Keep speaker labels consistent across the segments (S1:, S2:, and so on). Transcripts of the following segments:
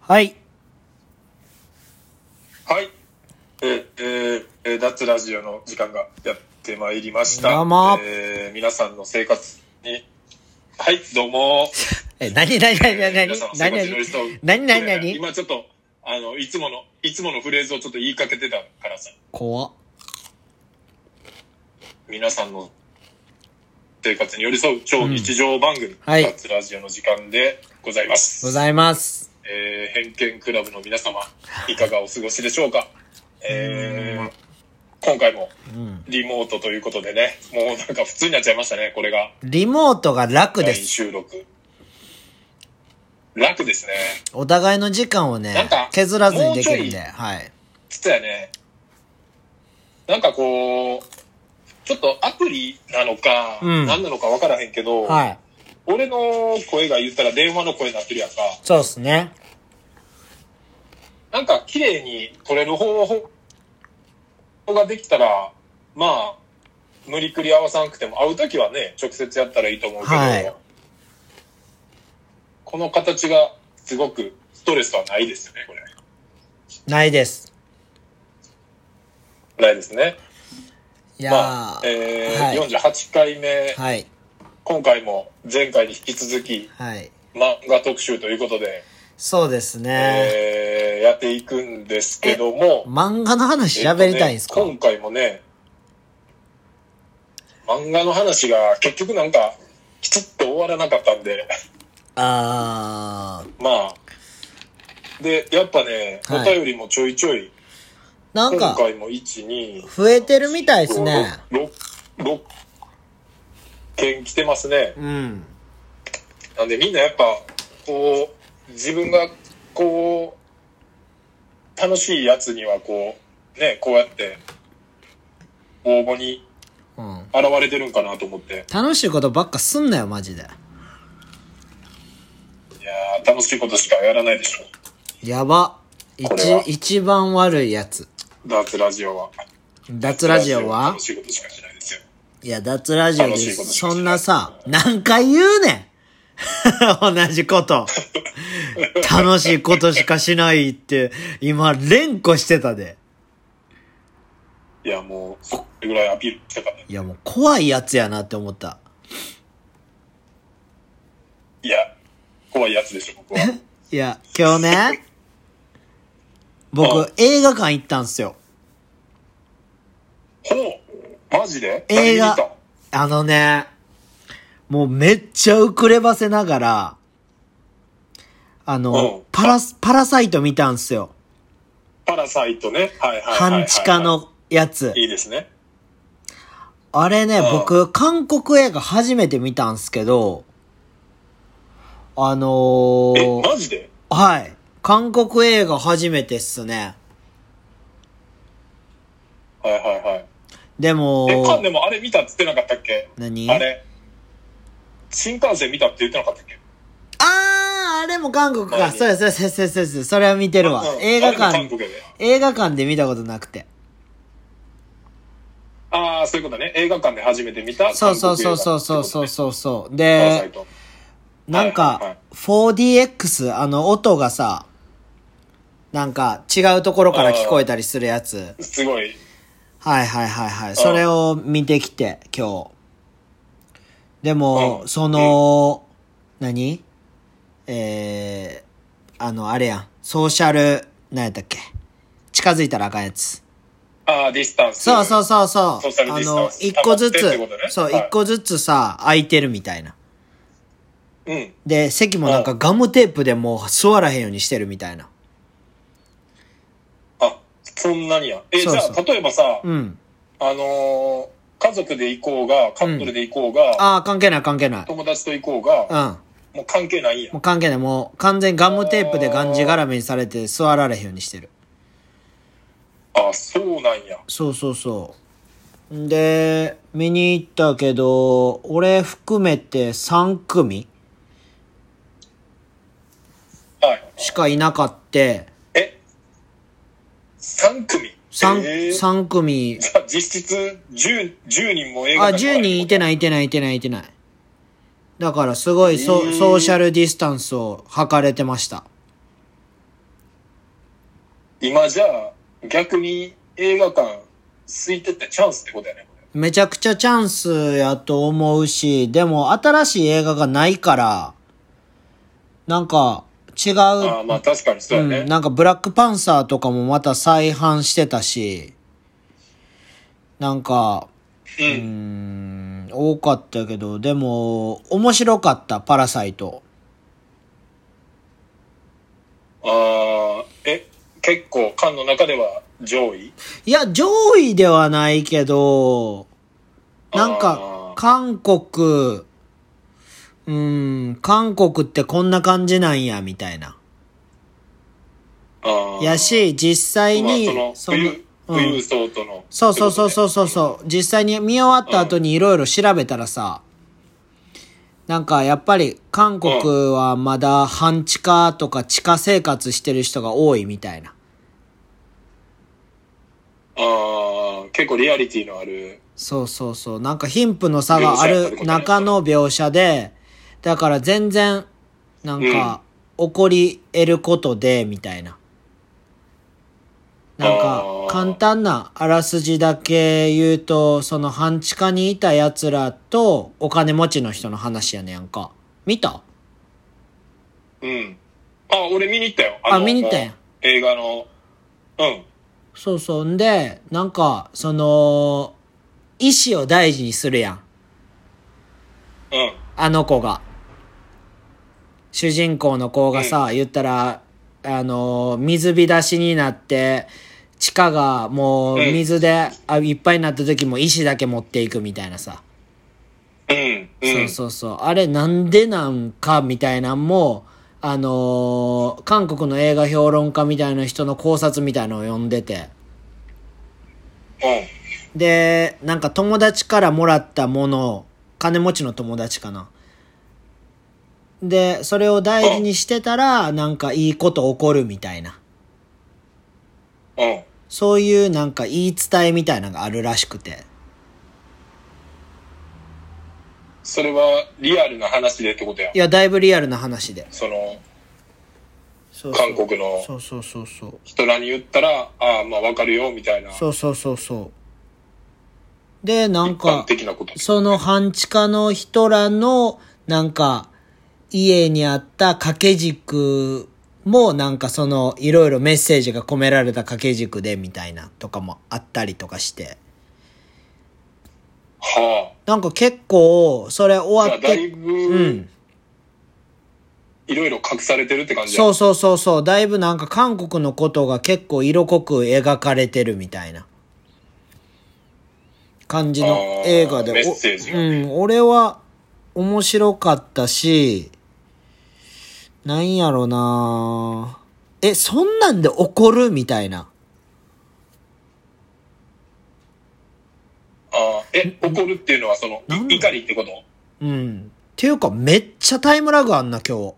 S1: はい。
S2: はい。えーえーえー、脱ラジオの時間がやってまいりました。
S1: どうも
S2: えー皆さんの生活に、はい、ど うも。
S1: え、なになになになになに
S2: 皆さんの
S1: な
S2: 生
S1: に
S2: 活に寄り添う。
S1: なになに
S2: いやい
S1: な
S2: や
S1: に
S2: 今ちょっと、あの、いつもの、いつものフレーズをちょっと言いかけてたからさ、
S1: 怖っ
S2: 皆さんの生活に寄り添う超日常番組、
S1: はい
S2: 脱ラジオの時間でございます。
S1: ございます。
S2: えー偏見クラブの皆様、いかがお過ごしでしょうか。えー今回も
S1: うん。
S2: リモートということでね、もうなんか普通になっちゃいましたね、これが。
S1: リモートが楽で
S2: 第
S1: す。
S2: 収録。楽ですね。
S1: お互いの時間を
S2: なん
S1: ね
S2: か、
S1: 削らずにできるん
S2: もうち
S1: で、
S2: ょい
S1: はい。
S2: つったよね。なんかこう、ちょっとアプリなのか、
S1: うん
S2: 何なのかわからへんけど、
S1: はい。
S2: 俺の声が言ったら電話の声になってるやんか。
S1: そうですね。
S2: なんか綺麗に撮れる方法ができたら、まあ、無理くり合わさなくても、会うときはね、直接やったらいいと思うけど、
S1: はい
S2: この形がすごくストレスはないですよね、これ。
S1: ないです。
S2: ないですね。
S1: いやー、
S2: まあ、えー
S1: はい
S2: 48回目、
S1: はい。
S2: 今回も前回に引き続き
S1: はい。
S2: 漫画特集ということで、
S1: そうですね。
S2: えーやっていくんですけども、
S1: 漫画の話喋りたいんですか、
S2: えっとね今回もね、漫画の話が結局なんか、きちっと終わらなかったんで、
S1: あー。
S2: まあ、で、やっぱね、
S1: はい
S2: お便りもちょいちょい、
S1: なん
S2: 今
S1: か、
S2: 回も1、2、
S1: 増えてるみたいですね。
S2: 6、6件来てますね。
S1: うん。
S2: なんでみんなやっぱ、こう、自分が、こう、楽しいやつにはこう、ね、こうやって、応募に
S1: うん。
S2: 現れてるんかなと思って。
S1: 楽しいことばっかすんなよ、マジで。
S2: いやー、楽しいことしかやらないでしょ。
S1: やば。
S2: これ
S1: 一
S2: は、
S1: 一番悪いやつ。
S2: 脱ラジオは。
S1: 脱ラジオは
S2: 楽しいことしかしないですよ。
S1: いや、脱ラジオで
S2: 楽しいことしか
S1: そんなさ、何回言うねん 同じこと。楽しいことしかしないって、今、連呼してたで。
S2: いや、もう、それぐらいアピールしたかった。
S1: いや、もう怖いやつやなって思った。
S2: いや、怖いやつでしょ、僕は。
S1: いや、今日ね、
S2: う
S1: 僕
S2: ん、
S1: 映画館行ったんすよ。
S2: ほうマジで
S1: 映画
S2: 何見た
S1: あのね、もうめっちゃウクレバせながら、あ
S2: うん
S1: の、パラス、パラサイト見たんすよ。
S2: パラサイトね。はいはいはいはい、はい。
S1: 半地下。のやつ。
S2: いいですね。
S1: あれね、
S2: うん
S1: 僕、韓国映画初めて見たんすけど、あの
S2: え、
S1: ー、
S2: マジで
S1: はい。韓国映画初めてっすね。
S2: はいはいはい。
S1: でも、
S2: え、カンでもあれ見たって言ってなかったっけ
S1: 何
S2: あれ。新幹線見たって言ってなかったっけ
S1: あー、あれも韓国か。
S2: 何
S1: そうです、そうです、そうですそうです。それは見てるわ
S2: う。ん
S1: 映画
S2: あれも韓
S1: 館、
S2: 国で。
S1: 映画館で見たことなくて。
S2: ああ、そういうことね。映画館で初めて見た。
S1: そうそうそうそうそうそうそうそう。で、
S2: ト。
S1: なん
S2: はいはい
S1: か、4DX、あの、音がさ、なんか、違うところから聞こえたりするやつ。
S2: すごい。
S1: はいはいはいはい。それを見てきて、今日。でも、
S2: うん
S1: その、何えー、あの、あれやん。ソーシャル、何やったっけ近づいたらあかんやつ。
S2: ああ、ディスタンス。
S1: そうそうそうそう。
S2: ソーシャルデ
S1: あ
S2: ィス
S1: の
S2: タン、ス
S1: 一個ず
S2: 溜ま
S1: つ、
S2: ってってことね
S1: そう、
S2: はい
S1: 一個ずつさ、空いてるみたいな。
S2: う。うん。
S1: で、席もなんかガムテープでもう座らへんようにしてるみたいな。
S2: あ、そんなにや。え、
S1: そうそう
S2: じゃあ、例えばさ、
S1: うん。
S2: あのー家族で行こうが、カップルで行こうが、
S1: ああ、関係ない関係ない。
S2: 友達と行こうが、
S1: うん。
S2: もう関係ないんや
S1: もう。関係ない。もう完全ガムテープでがんじがらめにされて座られへんようにしてる。
S2: あ、そうなんや。
S1: そうそうそう。んで、見に行ったけど、俺含めて3組
S2: はい。
S1: しかいなかって、
S2: え、3組
S1: 三
S2: えー
S1: 三組、
S2: じゃあ実質10、10人も映
S1: あ、
S2: 画
S1: 10人いてないいてないいてないいてない。だからすごいソ,、
S2: えー
S1: ソーシャルディスタンスを測れてました。
S2: 今じゃあ、逆に映画館空いてってチャンスってことやね、これ
S1: めちゃくちゃチャンスやと思うし、でも新しい映画がないから、なんか違う、
S2: ああ、まあ確かにそうやね。
S1: うん、なんかブラックパンサーとかもまた再販してたし、なんか、
S2: うん
S1: うーん、多かったけど、でも、面白かった、パラサイト。
S2: ああ、え、結構、缶の中では上位
S1: いや、上位ではないけど、なんか、
S2: あー
S1: 韓国、うーん、韓国ってこんな感じなんや、みたいな。
S2: ああ。
S1: やし、実際に、
S2: まあ、その、
S1: の
S2: 富
S1: うん
S2: 裕層との、
S1: そうそうそうそうそうそう。実際に見終わった後にいろいろ調べたらさ、なんかやっぱり韓国はまだ半地下とか地下生活してる人が多いみたいな。
S2: ああ、結構リアリティのある。
S1: そうそうそう。なんか貧富の差があ
S2: 描写ってこと
S1: る
S2: ね
S1: 中の描写で、だから全然、なんか、起こり得ることで、みたいな。なんか
S2: あ、ー
S1: 簡単なあらすじだけ言うと、その半地下にいた奴らと、お金持ちの人の話やねやんか。見た
S2: うん。あ、俺見に行ったよ。
S1: あ
S2: の
S1: 見に行ったんや
S2: もう映画の、うん。
S1: そうそう。んで、なんか、その、意志を大事にするやん。
S2: うん。
S1: あの子が。主人公の子がさ、言ったら、あのー、水浸しになって、地下がもう
S2: うん
S1: 水で、あいっぱいになった時も石だけ持っていくみたいなさ。
S2: うん。うん。
S1: そうそうそう。あれなんでなんかみたいなんも、あのー韓国の映画評論家みたいな人の考察みたいのを読んでて。で、なんか友達からもらったもの、金持ちの友達かな。で、それを大事にしてたら、なんかいいこと起こるみたいな。
S2: うん。うん。
S1: そういうなんか言い伝えみたいなのがあるらしくて。
S2: それはリアルな話でってことや
S1: い。や、だいぶリアルな話で。
S2: その、
S1: そうそう
S2: 韓国の
S1: そうそうそうそう。
S2: 人らに言ったら、ああ、まあわかるよ、みたいな。
S1: そうそうそうそう。で、なん
S2: 一般
S1: か、
S2: 的なこと。
S1: その半地下の人らの、なんか、家にあった掛け軸も、なんかその、いろいろメッセージが込められた掛け軸で、みたいな、とかもあったりとかして。
S2: は
S1: なんか結構、それ
S2: あ。
S1: 終わ
S2: じゃあ、
S1: っ
S2: だい
S1: て、う
S2: ぶ、
S1: ん。
S2: いろいろ隠されてるって感じや。
S1: そうそうそうそう、だいぶなんか韓国のことが結構色濃く描かれてるみたいな感じの映画で。
S2: あーメッセージ
S1: お
S2: が
S1: うん、俺は面白かったし、なんやろなえ、そんなんで怒るみたいな。
S2: ああ。え、怒るっていうのは、その、
S1: なんだ
S2: い怒りってこと
S1: うん。っていうか、めっちゃタイムラグあんな、今日。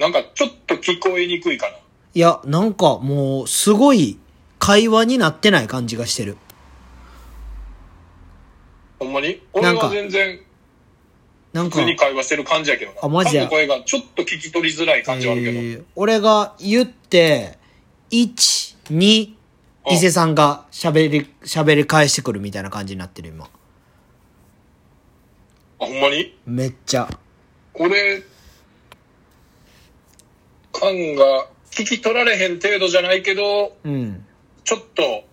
S2: なんか、ちょっと聞こえにくいかな。
S1: いや、なんかもう、すごい会話になってない感じがしてる。
S2: ほんまに
S1: な
S2: 俺
S1: んか
S2: は全然、
S1: なん
S2: 普
S1: か。
S2: 通に会話してる感じやけどな。
S1: あマジや
S2: 韓国映画、ちょっと聞き取りづらい感じはあるけど。
S1: えー俺が言って、1、2、
S2: うん
S1: 伊勢さんが喋り、喋り返してくるみたいな感じになってる今。
S2: あ、ほんまに
S1: めっちゃ。
S2: 俺、感が聞き取られへん程度じゃないけど、
S1: うん。
S2: ちょっと、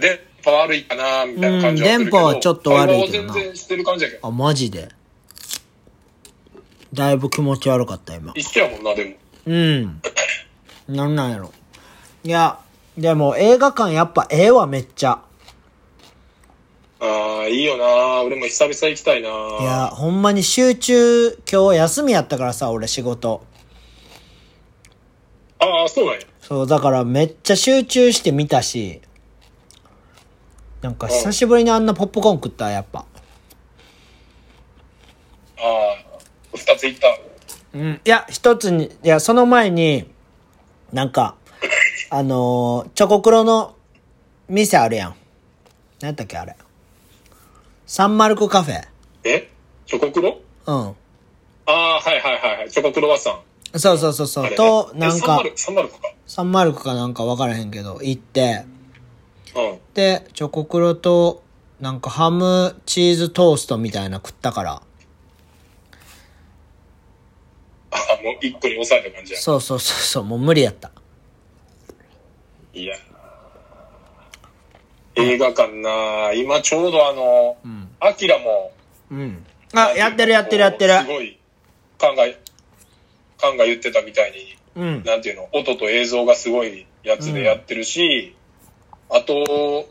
S2: 電波悪いかな、みたいな感じはするけど、
S1: うん電波はちょっと悪いけどな
S2: 会話は全然してる感じやけど。
S1: あ、マジで。だいぶ気持ち悪かった今。
S2: 一緒やもんな、でも。
S1: うん。なんなんやろ。いや、でも映画館やっぱええわめっちゃ。
S2: ああ、いいよな。俺も久々行きたいな。
S1: いや、ほんまに集中、今日休みやったからさ、俺仕事。
S2: ああ、そうなんや。
S1: そう、だからめっちゃ集中して見たし、なんか久しぶりにあんなポップコーン食った、やっぱ。
S2: ああ、二つ行った。
S1: うん。いや、一つに、いや、その前に、なんか、あのーチョコクロの店あるやん。何やったっけ、あれ。サンマルクカフェ。
S2: えチョコクロ
S1: うん。
S2: ああ、はいはいはいはい。チョコクロワッサン。
S1: そうそうそうそう。
S2: あれね
S1: と、
S2: え
S1: なんか、
S2: サンマルクか。
S1: サンマルクかなんかわからへんけど、行って、
S2: うん。
S1: で、チョコクロと、なんかハムチーズトーストみたいな食ったから。
S2: あ、もう一個に抑えた感じや。
S1: そうそうそうそう、もう無理やった。
S2: いや。映画館な今ちょうどあの、アキラも、
S1: うん。あ、やってるやってるやってる
S2: こう。すごい、カンが、カンが言ってたみたいに、
S1: うん。
S2: なんていうの、音と映像がすごいやつでやってるし、あと、もう、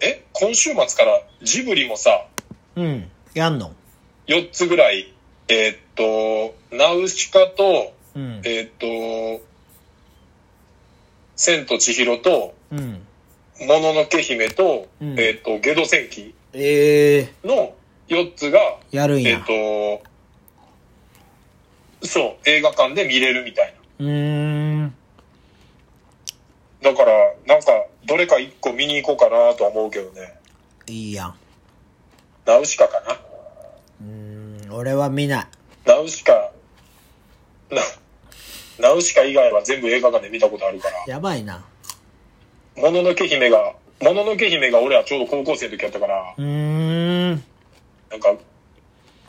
S2: え、今週末からジブリもさ、
S1: うん。やんの
S2: 4つぐらい、えーっと、ナウシカと、
S1: うん。
S2: えーっと、千と千尋と、
S1: うん。
S2: もののけ姫と、
S1: うん
S2: えーっと、ゲド戦記
S1: ええ
S2: の4つが、
S1: ー。やるん
S2: え
S1: や。
S2: ーっ、と、そう、映画館で見れるみたいう
S1: ーん。
S2: な。だから、なんか、どれか1個見に行こうかなとは思うけどね。
S1: いいやん。
S2: ナウシカかな。
S1: うーん。俺は見ない。
S2: ナウシカ、な、ナウシカ以外は全部映画館で見たことあるから、
S1: やばいな。
S2: もののけ姫が、もののけ姫が俺はちょうど高校生の時やったから、
S1: うーん。
S2: なんか、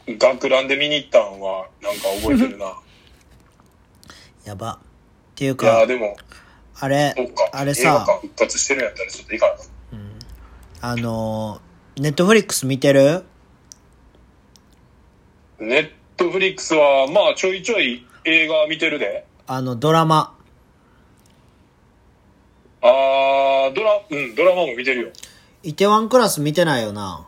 S2: 学ランで見に行ったんは、なんか覚えてるな。
S1: やば。っていう
S2: いや
S1: か
S2: ー、でも、
S1: あれ
S2: そっか、、
S1: あれ
S2: 映画
S1: さ、
S2: 館復活してるんやったらちょっといいかな。
S1: あのー、ネットフリックス見てる
S2: ネットフリックスは、まあちょいちょい映画見てるで。
S1: あの、ドラマ。
S2: あー、ドラ、うん、ドラマも見てるよ。
S1: イテワンクラス見てないよな。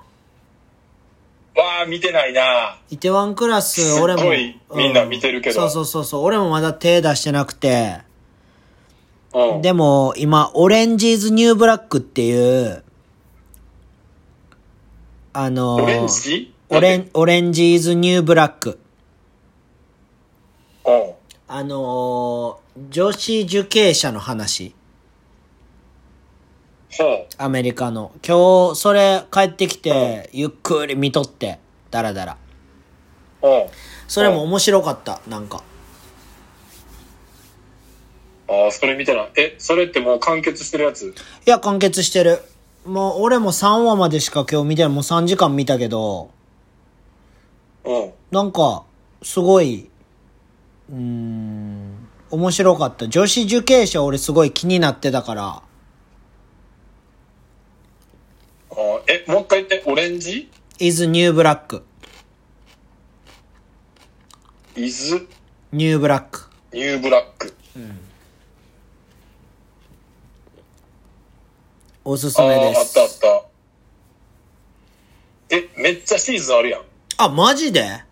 S2: わー、見てないな
S1: イテワンクラス、
S2: すっごい
S1: 俺も。
S2: みんな見てるけど
S1: そうそうそうそう。俺もまだ手出してなくて。
S2: うん。
S1: でも、今、オレンジーズ・ニュー・ブラックっていう、あのー、
S2: オレンジ
S1: オレン、オレンジーズ・ニュー・ブラック。
S2: うん。
S1: あのー、女子受刑者の話。
S2: ほ
S1: アメリカの。今日、それ、帰ってきて、ゆっくり見とって、だらだら。
S2: う。うん。
S1: それも面白かった、なんか。
S2: ああ、それ見てない。え、それってもう完結してるやつ
S1: いや、完結してる。もう、俺も3話までしか今日見てない。もう3時間見たけど、
S2: うん。
S1: なんか、すごい、うーん、面白かった。女子受刑者俺すごい気になってたから、
S2: あーえ、もう一回言って、オレンジ
S1: is new black,
S2: イズ
S1: new black.
S2: ニューブラック。
S1: おすす
S2: ああ
S1: め
S2: ー、
S1: で
S2: あったあっ
S1: す。
S2: た。え、めっちゃシーズンあるやん。
S1: あ、マジで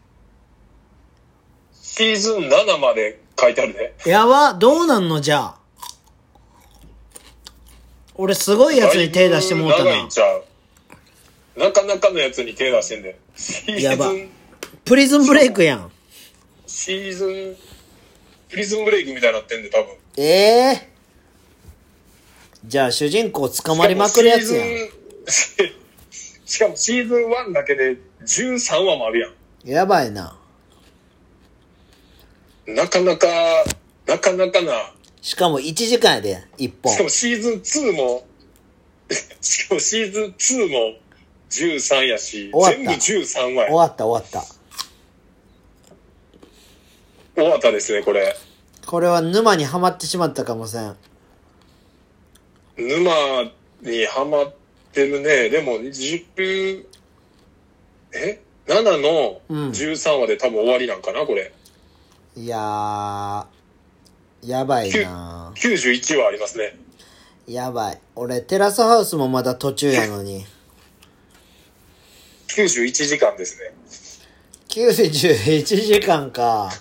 S2: シーズン7まで書いてあるね。
S1: やば、どうなんのじゃあ。俺すごいやつに手出してもうた
S2: だいぶ長い。
S1: なん
S2: ちゃう。なかなかのやつに手出してんだよ。シ
S1: や
S2: ー
S1: ば
S2: ズン、
S1: プリズンブレイクやん。
S2: シーズン、プリズンブレイクみたいになってんで、多分。
S1: ええじゃあ主人公捕まりまくるやつやん。
S2: しかもシーズン しかもシーズン1だけで13話もあるやん。
S1: やばいな。
S2: なかなか、なかなかな。
S1: しかも1時間やで、1本
S2: しか。もシーズン2も、 しかもシーズン2も13やし、
S1: 終わった
S2: 全部13話
S1: 終
S2: や。
S1: わった終わった。
S2: 終わったですね、これ。
S1: これは沼にはまってしまったかもしれん。
S2: 沼にハマってるね。でも、10、え ?7 の
S1: うん
S2: 13話で多分終わりなんかな、これ。
S1: いやー、やばいな
S2: 91話ありますね。
S1: やばい。俺、テラスハウスもまだ途中やの に。
S2: 91時間ですね。
S1: 91時間か。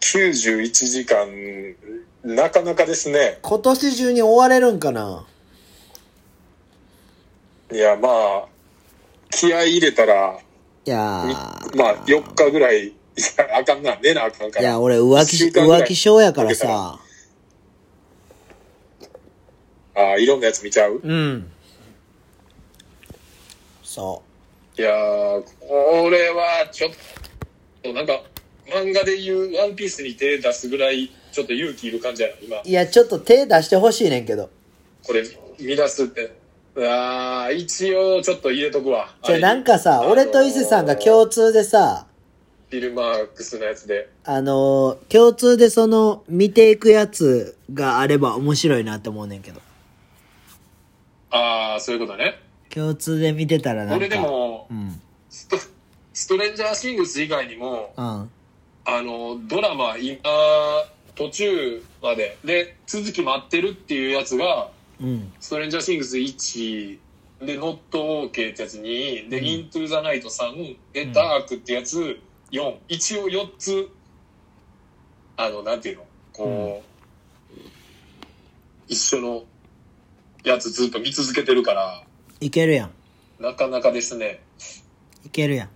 S2: 91時間、なかなかですね。
S1: 今年中に終われるんかない
S2: や、まあ、気合い入れたら、
S1: いや
S2: み
S1: ー。
S2: まあ、4日ぐらい、いや、あかんな、寝なあかんか
S1: い
S2: ら。
S1: や、俺、浮気し、
S2: 一週間ぐらい
S1: 浮気症やからさ。
S2: ああ、いろんなやつ見ちゃう
S1: うん。そ
S2: いやー、これは、ちょっと、なんか、漫画でいうワンピースに手出すぐらい、ちょっと勇気いる感じやな、今。
S1: いや、ちょっと手出してほしいねんけど。
S2: これ、見出すって。ああ、一応ちょっと入れとくわ。
S1: じゃあなんかさ、
S2: あのー
S1: 俺と伊勢さんが共通でさ、
S2: フィルマークスのやつで。
S1: あのー共通でその、見ていくやつがあれば面白いなって思うねんけど。
S2: ああ、そういうことね。
S1: 共通で見てたらなんか。
S2: 俺でも
S1: う、ん。
S2: ストストレンジャーシングス以外にも、
S1: うん。
S2: あの、ドラマ今、途中まで、で、続き待ってるっていうやつが、
S1: うん。
S2: ストレンジャーシングス1、で、ノットオーケーってやつ2、で、イントゥーザナイト3、で、ダークってやつ4、一応4つ、あの、なんていうの、こう、一緒のやつずっと見続けてるから、
S1: いけるやん。
S2: なかなかですね、
S1: いけるやん。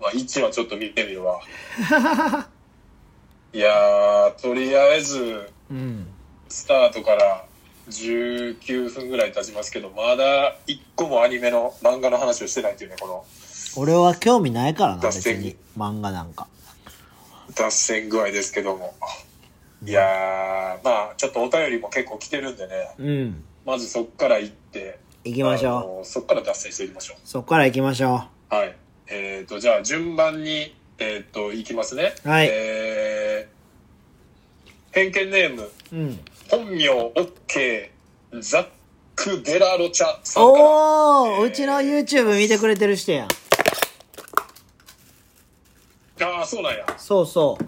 S2: まあ、1はちょっと見てみるわ。 いやー、とりあえず、
S1: うん。
S2: スタートから19分ぐらい経ちますけど、まだ1個もアニメの漫画の話をしてないっていうね、この
S1: 俺は興味ないからな、
S2: 脱
S1: 別
S2: 線
S1: に。漫画なんか。
S2: 脱線具合ですけども。いやー、まあ、ちょっとお便りも結構来てるんでね、
S1: うん。
S2: まずそっから行って、
S1: 行きまし
S2: あ
S1: ょ
S2: のそっから脱線していきましょ
S1: う。そっから行きましょ
S2: う。はい。えっ、ー、と、じゃあ順番に、えっ、と、行きますね。
S1: はい
S2: えー、偏見ネーム、
S1: う。うん。
S2: 本名 OK、ザック・デラロチャさんから。
S1: おー、
S2: えー
S1: うちの YouTube 見てくれてる人やん。
S2: ああ、そうなんや。
S1: そうそ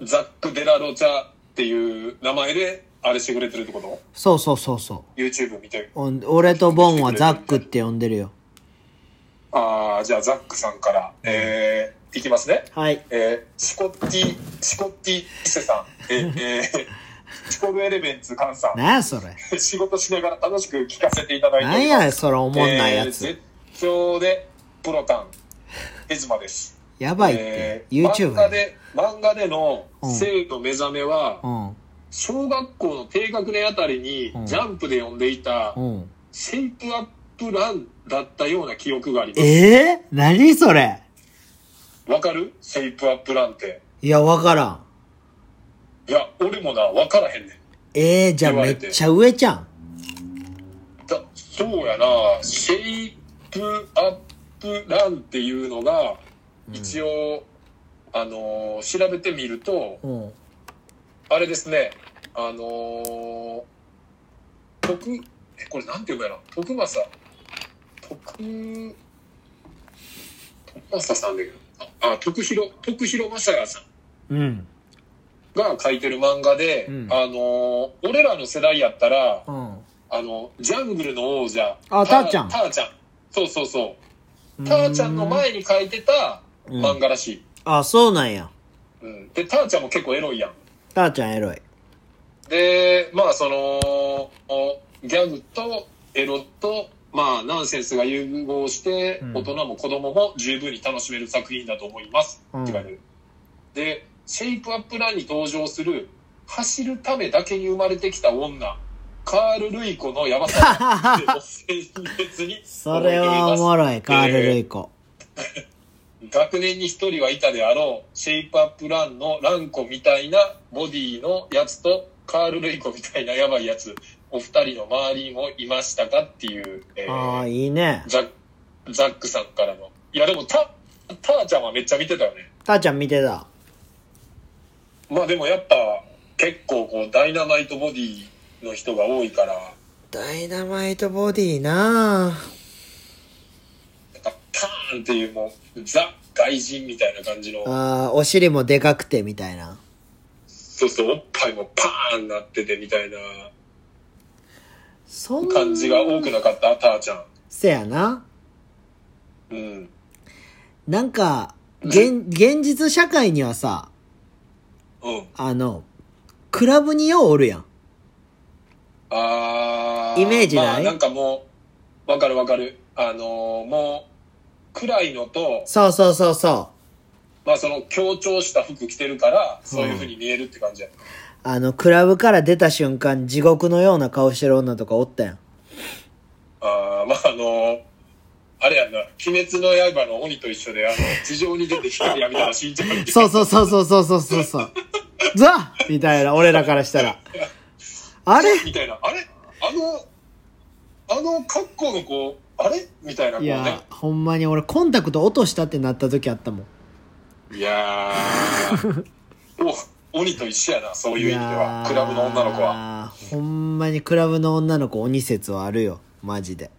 S1: う。
S2: ザック・デラロチャっていう名前で、あれしてくれてるってこと
S1: そうそうそうそう。
S2: ?YouTube 見て。
S1: おん俺とボンはザックって呼んでるよ。
S2: ああ、じゃあザックさんから、えー、いきますね。
S1: はい。
S2: えー、シコッティ、シコッティ・伊勢さん。えー、えー、シコル・エレメンツ・カンさん。
S1: なんやそれ。
S2: 仕事しながら楽しく聞かせていただいており
S1: な
S2: ます。
S1: んやそれおもんないやつ。
S2: えー、絶頂で、プロタン、エズマです。
S1: やばいっ
S2: え
S1: て。
S2: ー漫
S1: YouTube
S2: 画
S1: ね。
S2: で、漫画での生徒目覚めは、
S1: うん。
S2: 小学校の低学年あたり
S1: うん
S2: にジャンプで読んでいた
S1: うん。
S2: シェイプアップランだったような記憶があります。
S1: えー、何それ
S2: わかるシェイプアップランって。
S1: いや、わからん。
S2: いや、俺もな、わからへんねん。
S1: えー、じゃあ
S2: 言わ
S1: め
S2: れ
S1: ってちゃ上じゃん。
S2: だそうやな、シェイプアップランっていうのが、一応、あのー調べてみると、
S1: うん。
S2: あれですね、あのー、徳、え、これなんて読むやろ徳政。徳、徳政さんだけど、あ、あ徳広、徳広正也さん
S1: うん。
S2: が書いてる漫画で、
S1: うん
S2: あのー俺らの世代やったら
S1: う、ん。
S2: あの、ジャングルの王者、
S1: あたーちゃん
S2: ターちゃん。そうそうそう。ターちゃんの前に書いてた漫画らしい。
S1: あ、そうなんや。
S2: うん。で、ターちゃんも結構エロいやん。
S1: たーちゃんエロい。
S2: で、まあ、その、おギャグとエロと、まあ、ナンセンスが融合して、
S1: うん
S2: 大人も子供も十分に楽しめる作品だと思います。
S1: うん
S2: って書いてあるで、シェイプアップランに登場する、走るためだけに生まれてきた女、カール・ルイコのヤバさを鮮烈 に
S1: それはおもろい、カール・ルイコ。
S2: 学年に一人はいたであろう、シェイプアップランのランコみたいなボディのやつと、カール・ルイコみたいなやばいやつ、お二人の周りにもいましたかっていう、 えー
S1: ああ、いいね。
S2: ザッザックさんからの。いや、でも、た、ターちゃんはめっちゃ見てたよね。
S1: たーちゃん見てた。
S2: まあでもやっぱ、結構こう、ダイナマイトボディの人が多いから、
S1: ダイナマイトボディなあ
S2: なんかターンっていうもう、ザ外人みたいな感じの、
S1: あー、お尻もでかくてみたいな。
S2: そうそう、おっぱいもパーンなっててみたいな
S1: そんな。
S2: 感じが多くなかった、ターちゃん。
S1: せやな。
S2: うん。
S1: なんか、現、現実社会にはさ、
S2: うん。
S1: あの、クラブにようおるやん。
S2: あ
S1: イメージない
S2: まあ、なんかもう、わかるわかる。あのーもう、暗いのと、
S1: そうそうそうそ
S2: まあその強調した服着てるから、そういう風に見えるって感じや。
S1: う。あの、クラブから出た瞬間、地獄のような顔してる女とかおったやん。
S2: あーまああのーあれやんな、鬼滅の刃の鬼と一緒で、あの、地上に出て光やみたいな死んじゃうっ て。
S1: そうそうそうそうそうそうそうそう。ザみたいな、俺らからしたら。あれ
S2: みたいな、あれあの、あの格好の子、あれみたいな子
S1: い
S2: ね
S1: や。、ほんまに俺コンタクト落としたってなった時あったもん。
S2: いや ーお、鬼と一緒やな、そういう意味では。
S1: ー
S2: クラブの女の子は。。
S1: ほんまにクラブの女の子鬼説はあるよ。マジで。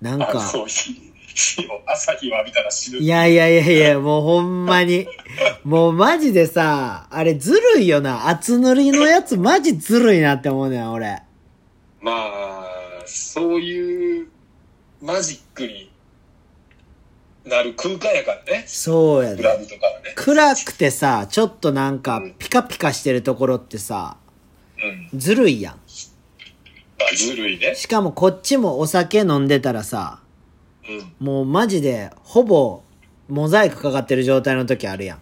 S1: なん
S2: あ、
S1: か、
S2: そう、日日を、朝日は見たら死ぬ。
S1: いやいやいやいや、もうほんまに。もうマジでさ、あれずるいよな。厚塗りのやつマジずるいなって思うねん、俺。
S2: まあ、そういうマジックになる空間やからね。
S1: そうや
S2: ク
S1: で。
S2: ラブとかはね。
S1: 暗くてさ、ちょっとなんかピカピカしてるところってさ、
S2: うん。
S1: ずるいやん。
S2: まあ、ずるいね。
S1: しかもこっちもお酒飲んでたらさ、
S2: うん。
S1: もうマジでほぼモザイクかかってる状態の時あるやん。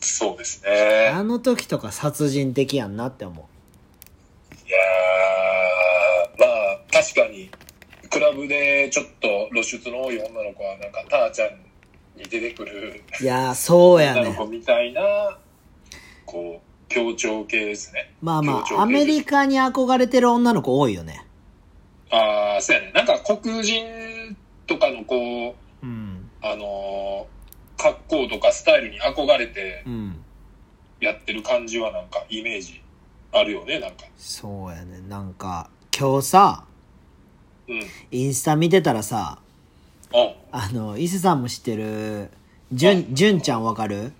S2: そうですね。
S1: あの時とか殺人的やんなって思
S2: いやー、まあ、確かに、クラブでちょっと露出の多い女の子は、なんか、ターちゃんに出てくる
S1: う。いやー、そうや
S2: 女の
S1: ね
S2: 子。みたいな、こう、協調系ですね。
S1: まあま
S2: 協調
S1: あ、
S2: 系
S1: アメリカに憧れてる女の子多いよね。
S2: ああ、そうやね。なんか黒人とかのこ
S1: う
S2: う、
S1: ん。
S2: あのー格好とかスタイルに憧れて
S1: うん。
S2: やってる感じはなんかイメージあるよね、なんか。
S1: そうやね。なんか、今日さ、
S2: うん。
S1: インスタ見てたらさ、
S2: あ
S1: あの、伊勢さんも知ってる、じゅん、じゅんちゃんわかる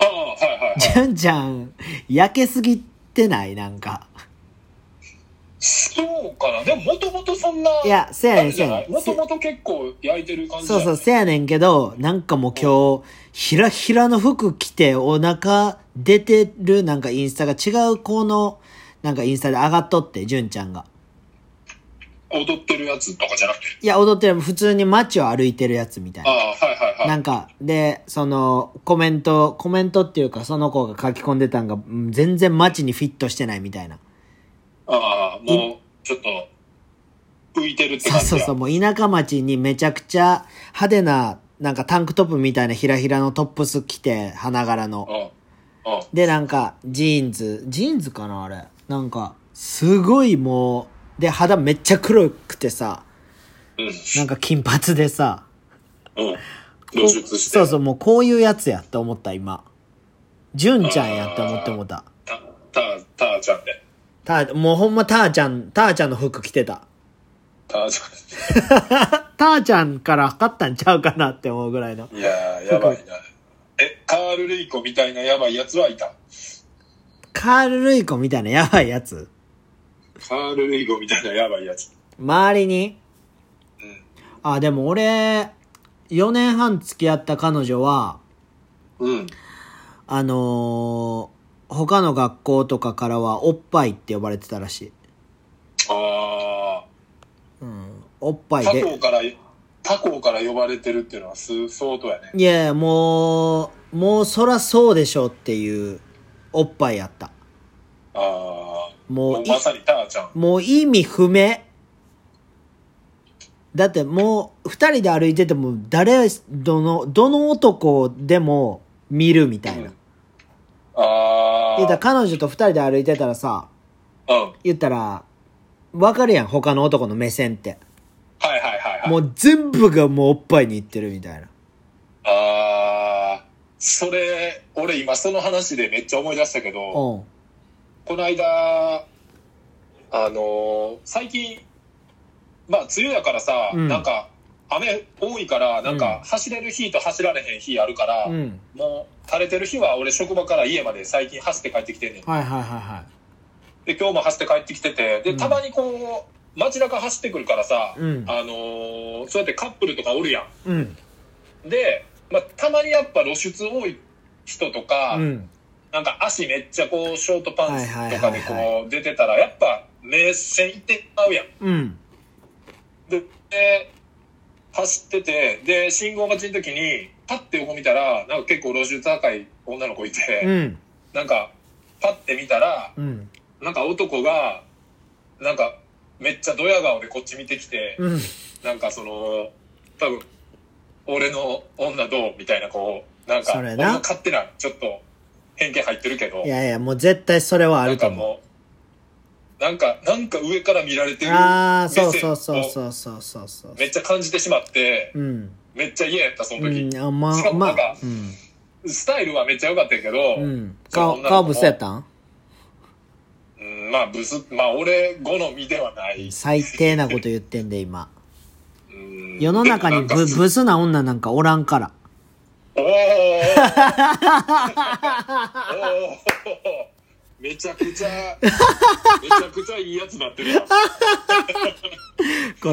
S2: あー、はいはいはい。
S1: じゅんちゃん、焼けすぎてないなんか。
S2: そうかな。でももともとそんな、
S1: いや、せやねん、せやねん。
S2: もともと結構焼いてる感じだ
S1: そうそう、せやねんけど、なんかもう今日、ひらひらの服着て、お腹出てる、なんかインスタが違う子の、なんかインスタで上がっとって、純ちゃんが。
S2: 踊ってるやつとかじゃなくて。
S1: いや、踊ってる、普通に街を歩いてるやつみたい
S2: あ
S1: な。
S2: あ、はいはいは。
S1: ないんか、で、その、コメント、コメントっていうか、その子が書き込んでたんが、うん全然街にフィットしてないみたいな。
S2: ああ、もう、ちょっと、浮いてるっ
S1: そ
S2: て
S1: う
S2: 感じ
S1: そ
S2: だ。
S1: うそう、もう田舎町にめちゃくちゃ派手な、なんかタンクトップみたいなひらひらのトップス着て、花柄の。
S2: うん。うん。
S1: で、なんか、ジーンズ、ジーンズかなあれ。なんか、すごいもう、で、肌めっちゃ黒くてさ、
S2: う
S1: なんか金髪でさ、
S2: ん。うん。露出して。
S1: そうそう、もうこういうやつやって思った、今。純ちゃんやって思って思った。
S2: た、た、たーちゃんで。
S1: たー、もうほんまたーちゃん、たーちゃんの服着てた。
S2: たーちゃ
S1: たーちゃんから買ったんちゃうかなって思うぐらいの。
S2: ん。いやー、やばいな。え、カール・ルイコみたいなやばいやつはいた。
S1: カール・ルイコみたいなやばいやつ。
S2: カール・ルイコみたいなやばいやつ。
S1: 周りに
S2: うん。
S1: あ、でも俺、4年半付き合った彼女は、
S2: うん。
S1: あのー他の学校とかからはおっぱいって呼ばれてたらしい。
S2: あ
S1: うん。おっぱ
S2: ー、
S1: い
S2: 他
S1: で。
S2: 校から、他校から呼ばれてるっていうのはす、相当やね。
S1: いやいや、もう、もうそらそうでしょっていうおっぱいやった。
S2: あー、
S1: も
S2: も
S1: う
S2: う
S1: い
S2: まさにたーちゃん。
S1: もう意味不明。だってもう二人で歩いてても誰、どの、どの男でも見るみたいな。
S2: あ
S1: 言うたら
S2: ー、
S1: 彼女と二人で歩いてたらさ、
S2: うん。はい
S1: 言ったら、わかるやん、他の男の目線って。
S2: はいはいはい。
S1: もう全部がもうおっぱいにいってるみたいな。
S2: あー、それ、俺今その話でめっちゃ思い出したけど、
S1: うん。
S2: この間、あのー最近、まあ、梅雨やからさ、
S1: うん
S2: なんか、雨多いから、なんか、走れる日と走られへん日あるから、
S1: うん。
S2: もう、垂れてる日は俺、職場から家まで最近走って帰ってきてんねん。
S1: はいはいはいは
S2: で、今日も走って帰ってきてて、
S1: う
S2: で、
S1: ん
S2: たまにこう、街中走ってくるからさ、
S1: うん
S2: あのーそうやってカップルとかおるや
S1: い。うん。
S2: ん。で、まあ、たまにやっぱ露出多い人とか、
S1: うん。
S2: なんか足めっちゃこうショートパンツとかで
S1: はいはいは
S2: こう出てたらやっぱ目線いってまうやん。
S1: うん。
S2: で、で走ってて、で、信号待ちの時に、パッて横見たら、なんか結構路地高い女の子いて、
S1: うん。
S2: なんか、パッて見たら、
S1: うん。
S2: なんか男が、なんか、めっちゃドヤ顔でこっち見てきて、
S1: うん。
S2: なんかその、多分、俺の女どうみたいな、こう、なんか、
S1: そ
S2: 俺
S1: れ
S2: の
S1: な
S2: 勝手な、ちょっと、偏見入ってるけど
S1: い、やいや、もう絶対それはあ
S2: なん
S1: ると
S2: か
S1: 思う。
S2: もう、なんか、なんか上から見られてる
S1: ああ、そう
S2: 目線
S1: そ
S2: を
S1: うそうそうそうそうそう。
S2: めっちゃ感じてしまって、
S1: うん。
S2: めっちゃ嫌やった、その
S1: う
S2: 時。
S1: ん、あま
S2: し
S1: あ、
S2: かも
S1: ま
S2: なんか
S1: あ、う
S2: スタイルはめっちゃ良かったんやけど、
S1: ん。うん。
S2: その
S1: 顔、
S2: 女の子
S1: 顔ぶせやったん
S2: うんまあ、ブス、まあ、俺好みではない。
S1: 最低なこと言ってんで、今。
S2: うん
S1: 世の中にブ、ブスな女なんかおらんから。
S2: おーおーめちゃくちゃ、めちゃくちゃいいやつなってるやん。
S1: こ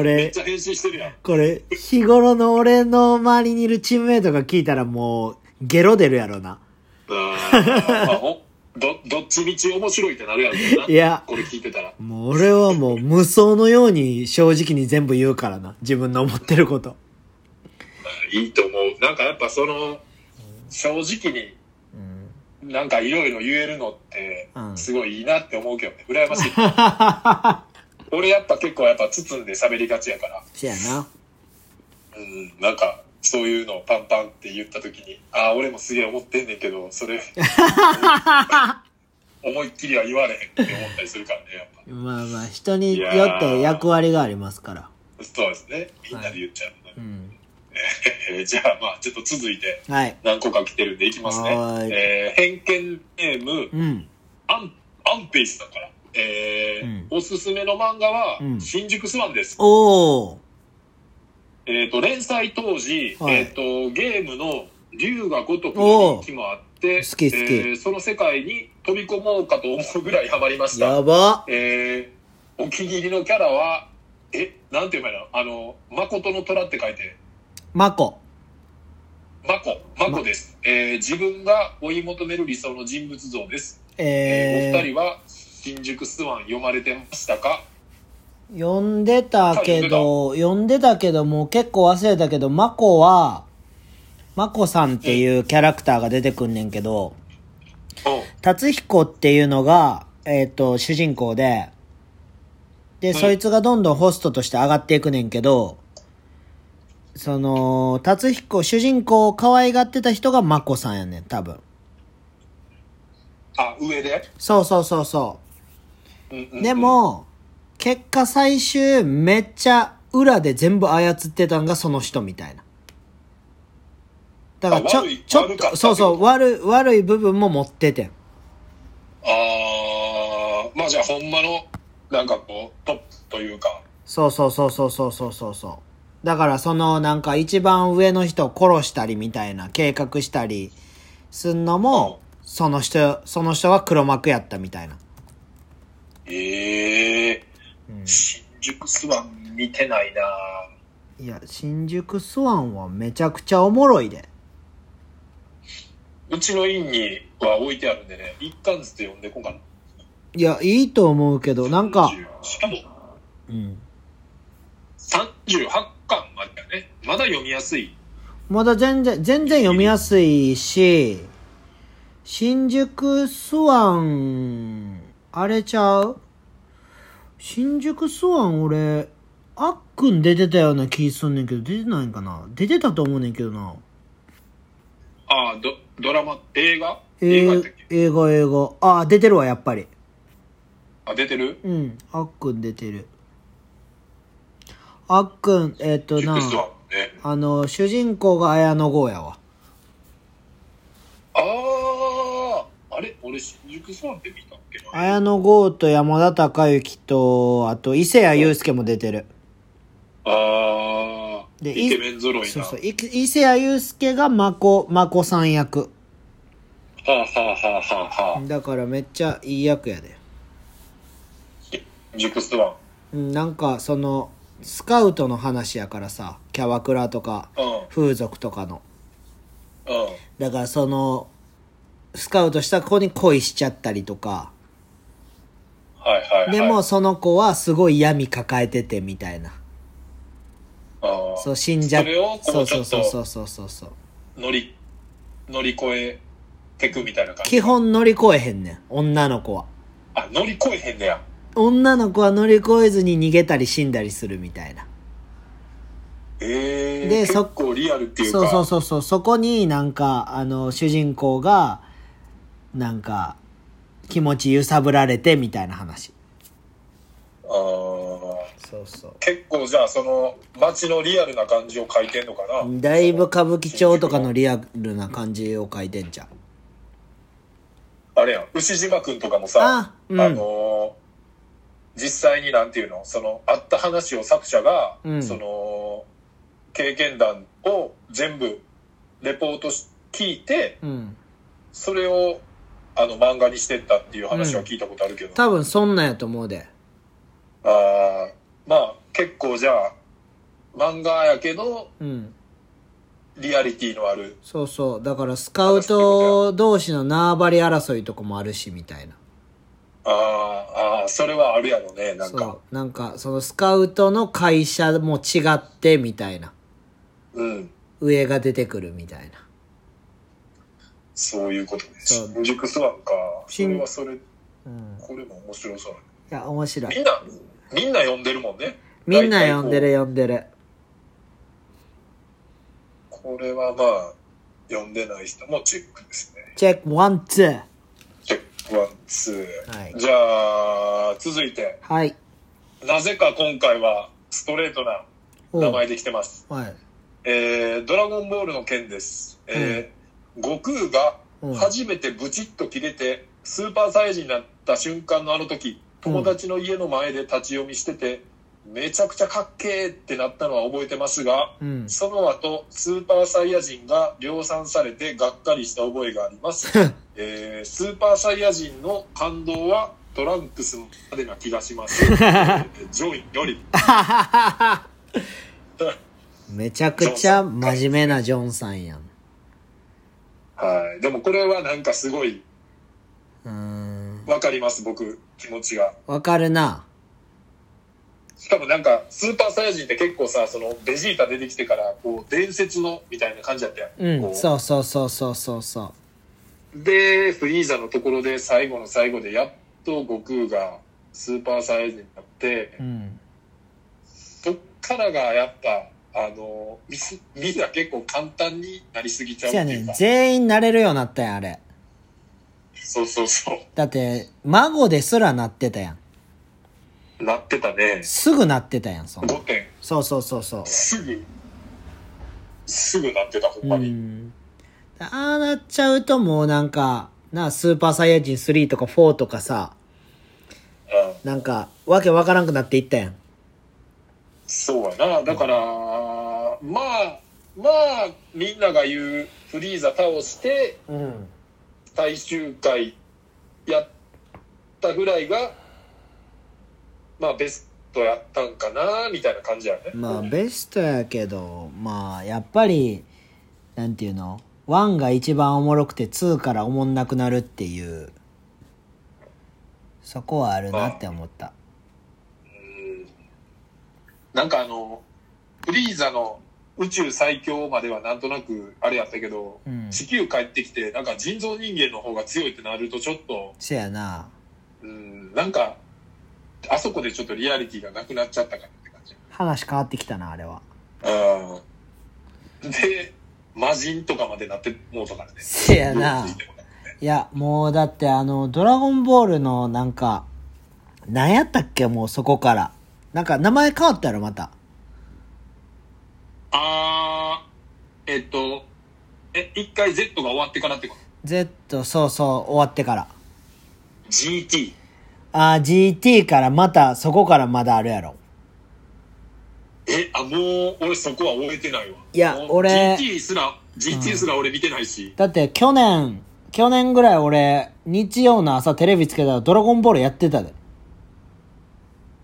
S2: めっ
S1: れ
S2: ち、ゃ変身してるやん。
S1: これ、日頃の俺の周りにいるチームメイトが聞いたらもう、ゲロ出るやろな。
S2: あーまあ、おど、どっちみち面白いってなるやろうな。
S1: いや
S2: これ聞いてたら。
S1: もう俺はもう無双のように正直に全部言うからな。自分の思ってること。
S2: いいと思う。なんかやっぱその、正直に、なんかいろいろ言えるのって
S1: う、ん
S2: すごいいいなって思うけどね。羨ましい。 俺やっぱ結構やっぱ包んで喋りがちやから。
S1: せやな。
S2: うん、なんか、そういうのをパンパンって言った時に、ああ、俺もすげえ思ってんねんけど、そ れ、思いっきりは言われへんって思ったりするからね、やっぱ。
S1: まあまあ、人によって役割がありますから。
S2: そうですね。みんなで言っちゃう。
S1: うん。
S2: えーじゃあ、まあ、ちょっと続いて、
S1: はい。
S2: 何個か来てるんでいきますね
S1: はー。い
S2: えー偏見ネーム、
S1: うん。
S2: アン、アンペイスさんから。えー
S1: う
S2: おすすめの漫画は、
S1: うん
S2: 新宿スワンです。
S1: おー。
S2: えっ、と、連載当時、
S1: はい
S2: えっ、と、ゲームの竜が如くの人気もあって、
S1: 好き好き
S2: えーその世界に飛び込もうかと思うぐらいハマりました。
S1: やば。
S2: えーお気に入りのキャラは、え、なんていうのあの、誠の虎って書いて、
S1: マコ。
S2: マコ、マコです。えー自分が追い求める理想の人物像です。えーお
S1: え
S2: 二人は、新宿スワン読まれてましたか
S1: ー、読んでたけど、読んでたけど、もう結構忘れたけど、マコは、マコさんっていうキャラクターが出てくんねんけど、
S2: う
S1: 達彦っていうのが、えっ、と、主人公で、で、
S2: うん
S1: そいつがどんどんホストとして上がっていくねんけど、その、達彦、主人公を可愛がってた人がマコさんやねん、多分。
S2: あ、上で、
S1: そうそうそうそう。
S2: うんうんうん
S1: で、も、結果最終めっちゃ裏で全部操ってたんがその人みたいな。だからち
S2: あ
S1: ょ
S2: 悪い、
S1: ちょ
S2: 悪
S1: っ
S2: かったっ
S1: と、
S2: てこと
S1: そうそう、悪い、悪い部分も持っててん。
S2: あー、まあじゃあほんまの、なんかこう、トップというか、
S1: そうそうそうそうそうそうそうそう。だからそのなんか一番上の人を殺したりみたいな計画したりすんのも、その人、その人は黒幕やったみたいな。
S2: ええ
S1: うん
S2: 新宿スワン見てないない
S1: や、新宿スワンはめちゃくちゃおもろいで。
S2: うちの院には置いてあるんでね、一貫ずつ読んでこうかな。
S1: いや、いいと思うけど、なんか、
S2: しかも、
S1: うん。
S2: 38巻までだね。まだ読みやすい。
S1: まだ全然、全然読みやすいし、新宿スワン、あれちゃう新宿スワン俺、あっくん出てたような気すんねんけど、出てないんかな出てたと思うねんけどな。
S2: ああ、ド、ドラマ、映画
S1: え
S2: 映画やったっ
S1: ー
S2: け、
S1: 映画映画。あー、出てるわ、やっぱり。
S2: あ、出てる
S1: うん、あっくん出てる。あっくん、えっ、と
S2: 新
S1: な
S2: 宿、スワンね。
S1: あの、主人公が綾野剛やわ。
S2: ああ、あれ俺新宿スワンって見たっけな。
S1: 綾野剛と山田孝之と、あと伊勢谷友介も出てる。
S2: ああ、
S1: で
S2: イケメン揃いな。
S1: そうそう。い伊勢谷友介がまこ、まこさん役。
S2: はあ、はあはあはあはあ、
S1: だからめっちゃいい役やで。
S2: 新宿スワン。
S1: うんなんかその、スカウトの話やからさ、キャバクラとか、
S2: うん、
S1: 風俗とかの。
S2: うん。
S1: だからその、スカウトした子に恋しちゃったりとか、
S2: はいはい、はい。
S1: でもその子はすごい闇抱えててみたいな。
S2: ああ、
S1: そう、死んじゃ
S2: それをこ
S1: そう
S2: うち
S1: そ
S2: ょ
S1: う
S2: っと
S1: そうそうそうそうそう。
S2: 乗り、乗り越えてくみたいな感じ。
S1: 基本乗り越えへんねん、女の子は。
S2: あ、乗り越えへんねや。
S1: 女の子は乗り越えずに逃げたり死んだりするみたいな。
S2: えー、
S3: で
S2: 結
S3: そ
S2: 構リアルっていうか。
S3: そうそうそうそうそこになんかあの主人公がなんか気持ち揺さぶられてみたいな話
S2: あー
S1: そうそう
S2: 結構じゃあその街のリアルな感じを書いてんのかな、
S1: だいぶ歌舞伎町とかのリアルな感じを書いてんじゃん
S2: あれやん牛島くんとかもさ
S1: あうん
S2: あのー実際になんていうのそのあった話を作者が、
S1: うん
S2: その経験談を全部レポートし聞いて
S1: うん
S2: それをあの漫画にしてったっていう話は聞いたことあるけど、あ
S1: 多分そんなんやと思うで
S2: あーまあ結構じゃあ漫画やけど
S1: うん
S2: リアリティのある
S1: そうそうだからスカウト同士の縄張り争いとかもあるしみたいな
S2: あーあーそれはあるやろねなんか
S1: そうなんかそのスカウトの会社も違ってみたいな
S2: うん
S1: 上が出てくるみたいな
S2: そういうことね
S1: そう
S2: 新宿スワンかそ
S1: 新
S2: れはそ
S1: う
S2: れ
S1: ん
S2: これも面白そうだね
S1: いや面白
S2: み
S1: い
S2: んなみんな読んでるもんね
S1: みんな読んでる読んでる
S2: これはまあ読んでない人もチェックですね
S1: チェックワンツー
S2: チェックワンツー、
S1: はい
S2: じゃあ続いて
S1: はい
S2: なぜか今回はストレートな
S1: お
S2: 名前で来てます
S1: はい
S2: えードラゴンボールの件です。えー悟空が
S1: うん
S2: 初めてブチッと切れて、スーパーサイヤ人になった瞬間のあの時、友達の家の前で立ち読みしてて、めちゃくちゃかっけーってなったのは覚えてますが、
S1: うん
S2: その後、スーパーサイヤ人が量産されてがっかりした覚えがあり ます。えースーパーサイヤ人の感動はトランクスまでな気が します。えージョイより。
S1: めちゃくちゃ真面目なジョンさんやん
S2: はい。でもこれはなんかすごい、
S1: うーん
S2: わかります、僕、気持ちが。
S1: わかるな
S2: しかもなんか、スーパーサイヤ人って結構さ、その、ベジータ出てきてから、こう、伝説の、みたいな感じだったやん。
S1: う
S2: こ。
S1: んそうそうそうそうそうそう
S2: で、フリーザのところで、最後の最後で、やっと悟空が、スーパーサイヤ人になって
S1: うう、ん
S2: そっからが、やっぱ、あの、みす、みんな結構簡単になりすぎちゃうっ
S1: そ
S2: て
S1: や
S2: い
S1: ね
S2: うんか。
S1: 全員なれるようになったやんあれ
S2: そうそうそ
S1: だって孫ですらなってたやん
S2: う。なってたね。
S1: すぐなってたやんそんな
S2: 5点。
S1: そうそうそうそう
S2: すぐ、すぐなってた、ほん
S1: う
S2: まに。
S1: ん。ああなっちゃうともうなんか、なあ、スーパーサイヤ人3とか4とかさ、
S2: うん
S1: なんか、わけわからんくなっていったやん。
S2: そうやな。だから、まあ、まあ、みんなが言うフリーザ倒して、
S1: うん。
S2: 最終回やったぐらいが、まあ、ベストやったんかな、みたいな感じやね。
S1: まあ、ベストやけど、まあ、やっぱり、なんていうの ?1 が一番おもろくて2からおもんなくなるっていう、そこはあるなって思った。
S2: うんなんかあの、フリーザの宇宙最強まではなんとなくあれやったけど、
S1: うん。
S2: 地球帰ってきて、なんか人造人間の方が強いってなるとちょっと、
S1: せやな。
S2: うん、なんか、あそこでちょっとリアリティがなくなっちゃったかなって感じ。
S1: 話変わってきたな、あれは。
S2: うん。で、魔人とかまでなってもうたからね。
S1: せやな。いや、もうだってあの、ドラゴンボールのなんか、なんやったっけもうそこから。なんか名前変わったやろ、また。
S2: あー、えっと、え、一回 Z が終わってからってこと
S1: Z、そうそう、終わってから。
S2: ?GT。
S1: あー、GT からまた、そこからまだあるやろ。
S2: え、あ、もう、俺そこは終えてないわ。
S1: いや
S2: もう
S1: 俺
S2: GT すら、GT すら俺見てないし。
S1: だって去年、去年ぐらい俺、日曜の朝テレビつけたらドラゴンボールやってたで。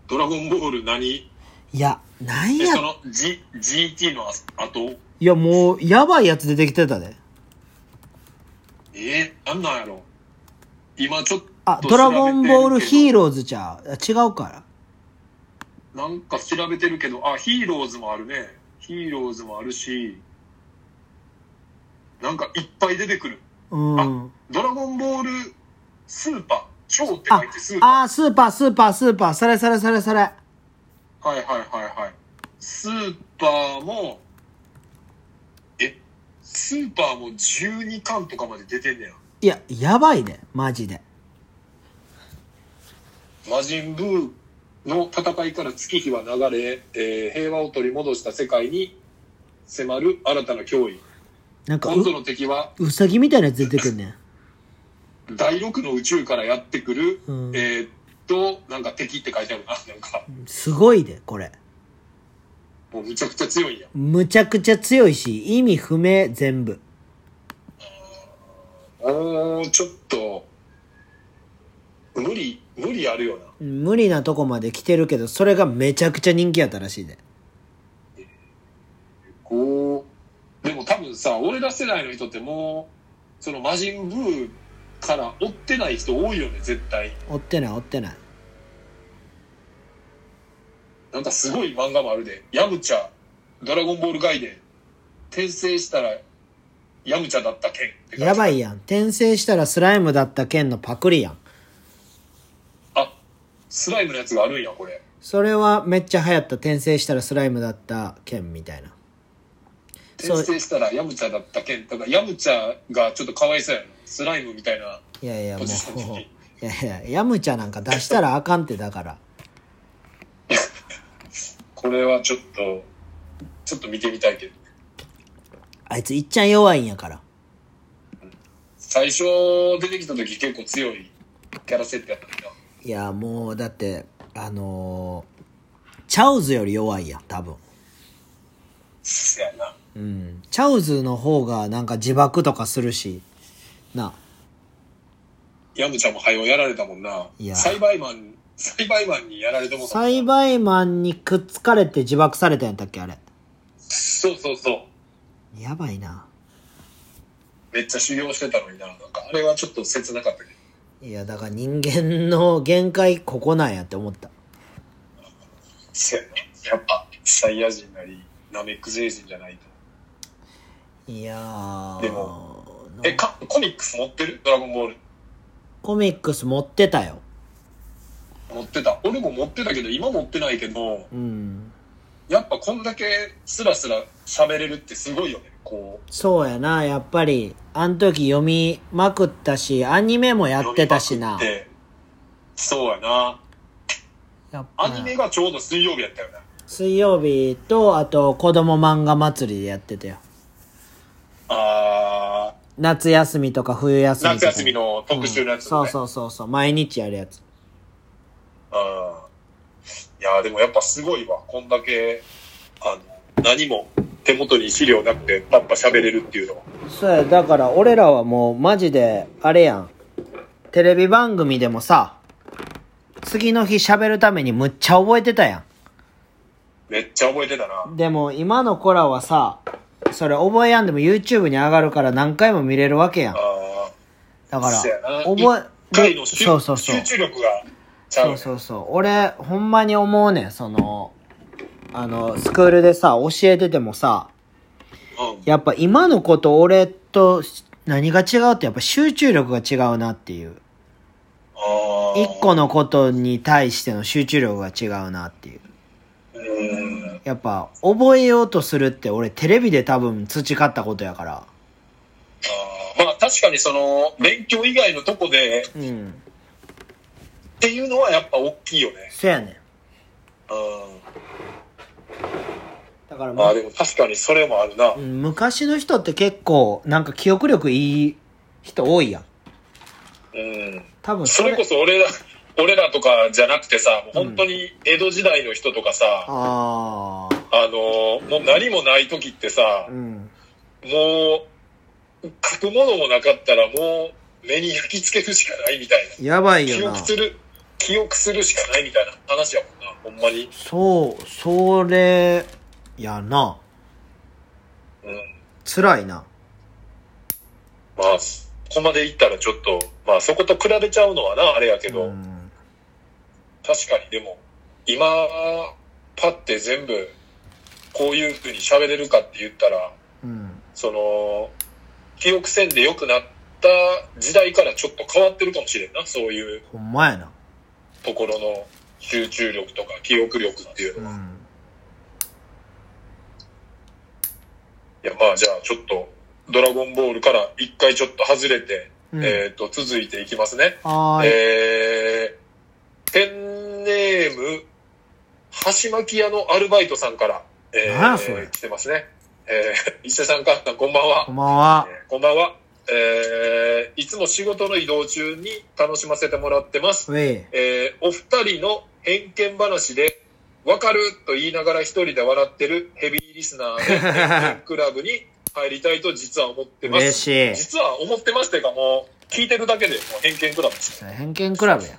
S2: ドラゴンボール何
S1: いや、なん
S2: え、
S1: や
S2: そ、の、G、GT の後
S1: いやもう、やばいやつ出てきてたで。
S2: えー、なんなんやろ今ちょっと
S1: あ、ドラゴンボールヒー
S2: ロ
S1: ローズじゃ、あ違うから。
S2: ー。なんか調べてるけど、あ、ヒーローズもあるね。ヒーローズもあるし、なんかいっぱい出てくる。
S1: うん。
S2: ドラゴンボールスーパー、超って書
S1: あ
S2: いてスー、パ
S1: あー、スーパー、スーパー、スーパー、それそれそれそれ。
S2: ー。はいはいはいはい。スーパーも、え、スーパーも12巻とかまで出てんねや。
S1: いや、やばいね、マジで。
S2: 魔人ブーの戦いから月日は流れ、えー平和を取り戻した世界に迫る新たな脅威。
S1: なんかう
S2: 今度の敵は
S1: うさぎみたいなやつ出てくんねん。
S2: 第6の宇宙からやってくる、
S1: うん
S2: えーっと、なんか敵って書いてあるな。 なんか、
S1: すごいで、これ。
S2: もうむちゃくちゃ強いんや。
S1: むちゃくちゃ強いし、意味不明、全部。
S2: おー、ちょっと、無理、無理あるよな。
S1: 無理なとこまで来てるけど、それがめちゃくちゃ人気やったらしいで。
S2: こう、でも多分さ、俺ら世代の人ってもう、その魔人ブーから追ってない人多いよね、絶対。
S1: 追ってない、追ってない。
S2: なんかすごい漫画もあるで。ヤムチャ、ドラゴンボールガイデン、転生したらヤムチャだった剣って書いてある
S1: やばいやん。転生したらスライムだった剣のパクリやん。
S2: あ、スライムのやつがあるんや、これ。
S1: それはめっちゃ流行った。転生したらスライムだった剣みたいな。そう
S2: 転生したらヤムチャだった剣。だからヤムチャがちょっとかわいそうやな。スライムみたいな。
S1: いやいや、もう
S2: ポジション的に。
S1: いやいや、ヤムチャなんか出したらあかんって、だから。
S2: これはちょっと、ちょっと見てみたいけど。
S1: あいついっちゃん弱いんやから。
S2: 最初出てきた時結構強いキャラ設定やったんだ。
S1: いや、もう、だって、あのーチャウズより弱いやん、多分。
S2: せやな。
S1: うん。チャウズの方がなんか自爆とかするし、な、
S2: ヤムチャも早うやられたもんな。
S1: いや
S2: 栽培マン、栽培マンにやられてもんな
S1: 栽培マンにくっつかれて自爆されたんやったっけ、あれ。
S2: そうそうそう。
S1: やばいな。
S2: めっちゃ修行してたのにな。なんかあれはちょっと切なかったけど。
S1: いや、だから人間の限界ここなんやって思った。
S2: せやな。やっぱ、サイヤ人なり、ナメック星人じゃないと。
S1: いやー。
S2: でも
S1: なん
S2: え、かコミックス持ってるドラゴンボール。
S1: コミックス持ってたよ。
S2: 持ってた。俺も持ってたけど、今持ってないけど、
S1: うん。
S2: やっぱこんだけスラスラ喋れるってすごいよね。こ
S1: そうやな、やっぱり、あん時読みまくったし、アニメも
S2: う。
S1: やってたしな。
S2: 読みまくってそうやな。
S1: やっ
S2: アニメがちょうど水曜日やったよな。
S1: 水曜日と、あと、子供漫画祭りでやってたよ。
S2: あ
S1: 夏休みとか冬休
S2: ー、
S1: みとか。
S2: 夏休みの特集のやつ
S1: うん
S2: も
S1: そうそ
S2: ね。
S1: うそうそう、毎日やるやつ。
S2: あーいやーでもやっぱすごいわ。こんだけ、あの、何も手元に資料なくて、やっぱ喋れるっていうのは。
S1: そうや、だから俺らはもうマジで、あれやん。テレビ番組でもさ、次の日喋るためにむっちゃ覚えてたや
S2: めっちゃ覚えてたな。
S1: ん。でも今の子らはさ、それ覚えやんでも YouTube に上がるから何回も見れるわけやん。
S2: あ
S1: だ
S2: ー
S1: から、
S2: そうやな
S1: 覚
S2: 一回
S1: え、
S2: の
S1: で
S2: 集
S1: そうそうそう
S2: 集。中力がちゃう
S1: そ
S2: ね。
S1: うそうそう。俺、ほんまに思うねん、その、あの、スクールでさ、教えててもさ、
S2: うん。
S1: やっぱ今の子と俺と何が違うってやっぱ集中力が違うなっていう。
S2: あー
S1: 一個のことに対しての集中力が違うなっていう。
S2: うん
S1: やっぱ、覚えようとするって俺テレビで多分培ったことやから。
S2: あーまあ確かにその勉強以外のとこで
S1: うん。
S2: っていうのはやっぱ大きいよね。
S1: そやねん。
S2: う
S1: だから
S2: ん。ま
S1: も
S2: あ
S1: う
S2: でも確かにそれもあるな
S1: う。ん、昔の人って結構、なんか記憶力いい人多いやん。
S2: うん。
S1: 多分
S2: それこそ俺ら、俺らとかじゃなくてさ、もう本当に江戸時代の人とかさ、
S1: あ
S2: あのーもう何もない時ってさ
S1: あ。う、ん。
S2: もう、書くものもなかったらもう目に焼き付けるしかないみたいな。
S1: やばい
S2: 記
S1: よ
S2: 憶
S1: な。
S2: する、記憶するしかないみたいな話やもんな、ほんまに。
S1: そう、それ、やな。
S2: うん。
S1: 辛いな。
S2: まあ、そこまで行ったらちょっと、まあそこと比べちゃうのはな、あれやけど、
S1: うん。
S2: 確かにでも、今、パって全部、こういう風に喋れるかって言ったら、
S1: うん。
S2: その、記憶線で良くなった時代からちょっと変わってるかもしれんな、そういう
S1: ほんまやな。
S2: ところの集中力とか記憶力っていう
S1: う
S2: のは。
S1: ん。
S2: いや、まあじゃあちょっと、ドラゴンボールから一回ちょっと外れて、
S1: うん
S2: えっ、と、続いていきますね。
S1: はーい。
S2: えー、ペンネーム、箸巻き屋のアルバイトさんから、え
S1: なんやそれ
S2: ー、来てますね。えー、 伊勢さん、かさん、こんばんは
S1: こん。ばんは。
S2: えーこんばんは。えーいつも仕事の移動中に楽しませてもらってます。
S1: うい。
S2: えーお二人の偏見話で、わかると言いながら一人で笑ってるヘビーリスナーで、 偏見クラブに入りたいと実は思ってます。
S1: 嬉しい。
S2: 実は思ってますっていうかもう、聞いてるだけでもう偏見クラブです。
S1: 偏見クラブや。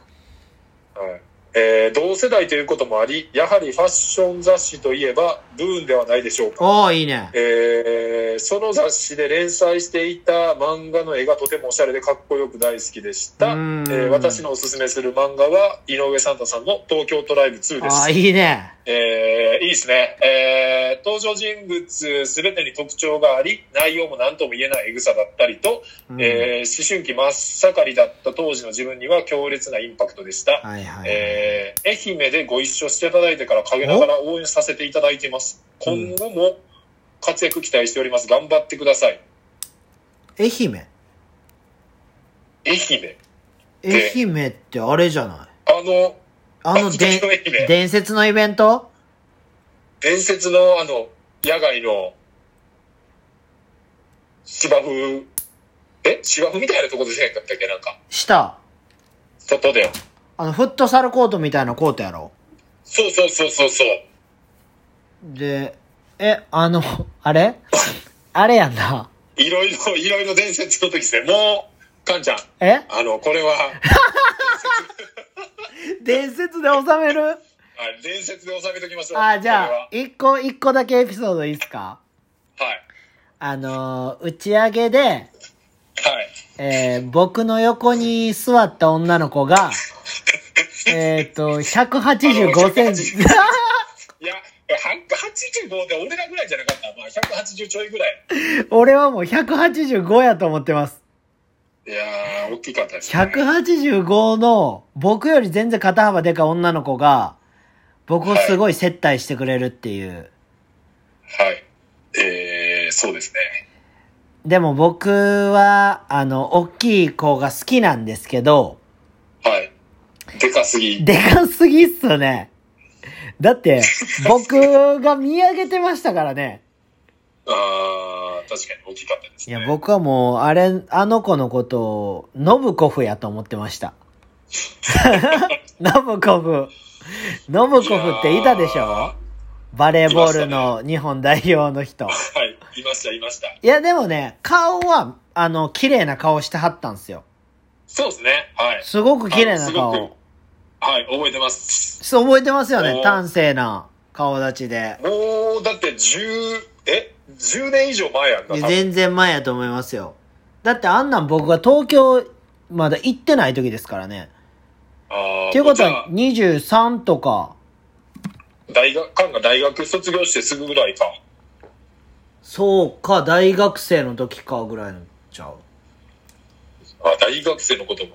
S2: はいえー同世代ということもあり、やはりファッション雑誌といえば、ブーンではないでしょうか。
S1: おー、いいね。
S2: えーその雑誌で連載していた漫画の絵がとてもおしゃれでかっこよく大好きでした。え
S1: うん
S2: ー私のおすすめする漫画は、井上サンタさんの東京トライブ2で
S1: あー、
S2: す。
S1: いいね。
S2: えーいいですね。えー登場人物すべてに特徴があり、内容も何とも言えないエグさだったりと、
S1: うん
S2: えー思春期真っ盛りだった当時の自分には強烈なインパクトでした。
S1: はいはい。
S2: えー愛媛でご一緒していただいてから陰ながら応援させていただいています。今後も活躍期待しております。頑張ってください。
S1: 愛媛。
S2: 愛媛。
S1: 愛媛ってあれじゃない
S2: あの、
S1: あの、でん
S2: あ愛媛、
S1: 伝説のイベント
S2: 伝説のあの、野外の芝生、え芝生みたいなところでせんかったっけなんか、
S1: した。
S2: 外で。
S1: あの、フットサルコートみたいなコートやろ。
S2: そうそうそうそうそう。
S1: で、え、あの、 あれあれやんな。
S2: いろいろ、いろいろ伝説の時ですね。もう、かんちゃん、
S1: え
S2: あの、これ は、
S1: 伝説で収める
S2: あ伝説で収めときましょう。
S1: あ、じ
S2: これ
S1: ゃあ
S2: は、
S1: 一個、一個だけエピソードいいっすか
S2: はい。
S1: あのー、打ち上げで、
S2: はい。
S1: えー僕の横に座った女の子が、えっと、185センチ。
S2: いや、185で俺らぐらいじゃなかった。まあ、180ちょいぐらい。
S1: 俺はもう185やと思ってます。
S2: いやー、大きかったです、ね。
S1: 185の、僕より全然肩幅でかい女の子が、僕をすごい接待してくれるっていう。
S2: はい。えー、そうですね。
S1: でも僕は、あの、大きい子が好きなんですけど、
S2: はい。でかすぎ。
S1: でかすぎっすね。だ って、僕が見上げてましたからね。
S2: あー、確かに大きかったです
S1: い
S2: ね。
S1: や、僕はもう、あれ、あの子のことを、ノブコフやと思ってました。 ノブコフ。ノブコフっていたでし
S2: いやー
S1: ょバレーボールの日本代表の人。
S2: はい。いました、いました。
S1: いや、でもね、顔は、あの、綺麗な顔してはったんすよ。
S2: そうですね。はい。
S1: すごく綺麗な
S2: あのすご
S1: 顔
S2: く。はい、覚えてます。
S1: そう、覚えてますよね。
S2: お
S1: 端正な顔立ちで。
S2: もう、だって10、え ?10 年以上前やんか。
S1: いや
S2: 多分
S1: 全然前やと思いますよ。だってあんなん僕が東京、まだ行ってない時ですからね。
S2: あー
S1: っていうこと
S2: じゃ
S1: は、23とか、
S2: あ大学、カンが大学卒業してすぐぐらいか。
S1: そうか、大学生の時かぐらいのちゃう。
S2: あ、大学生のことも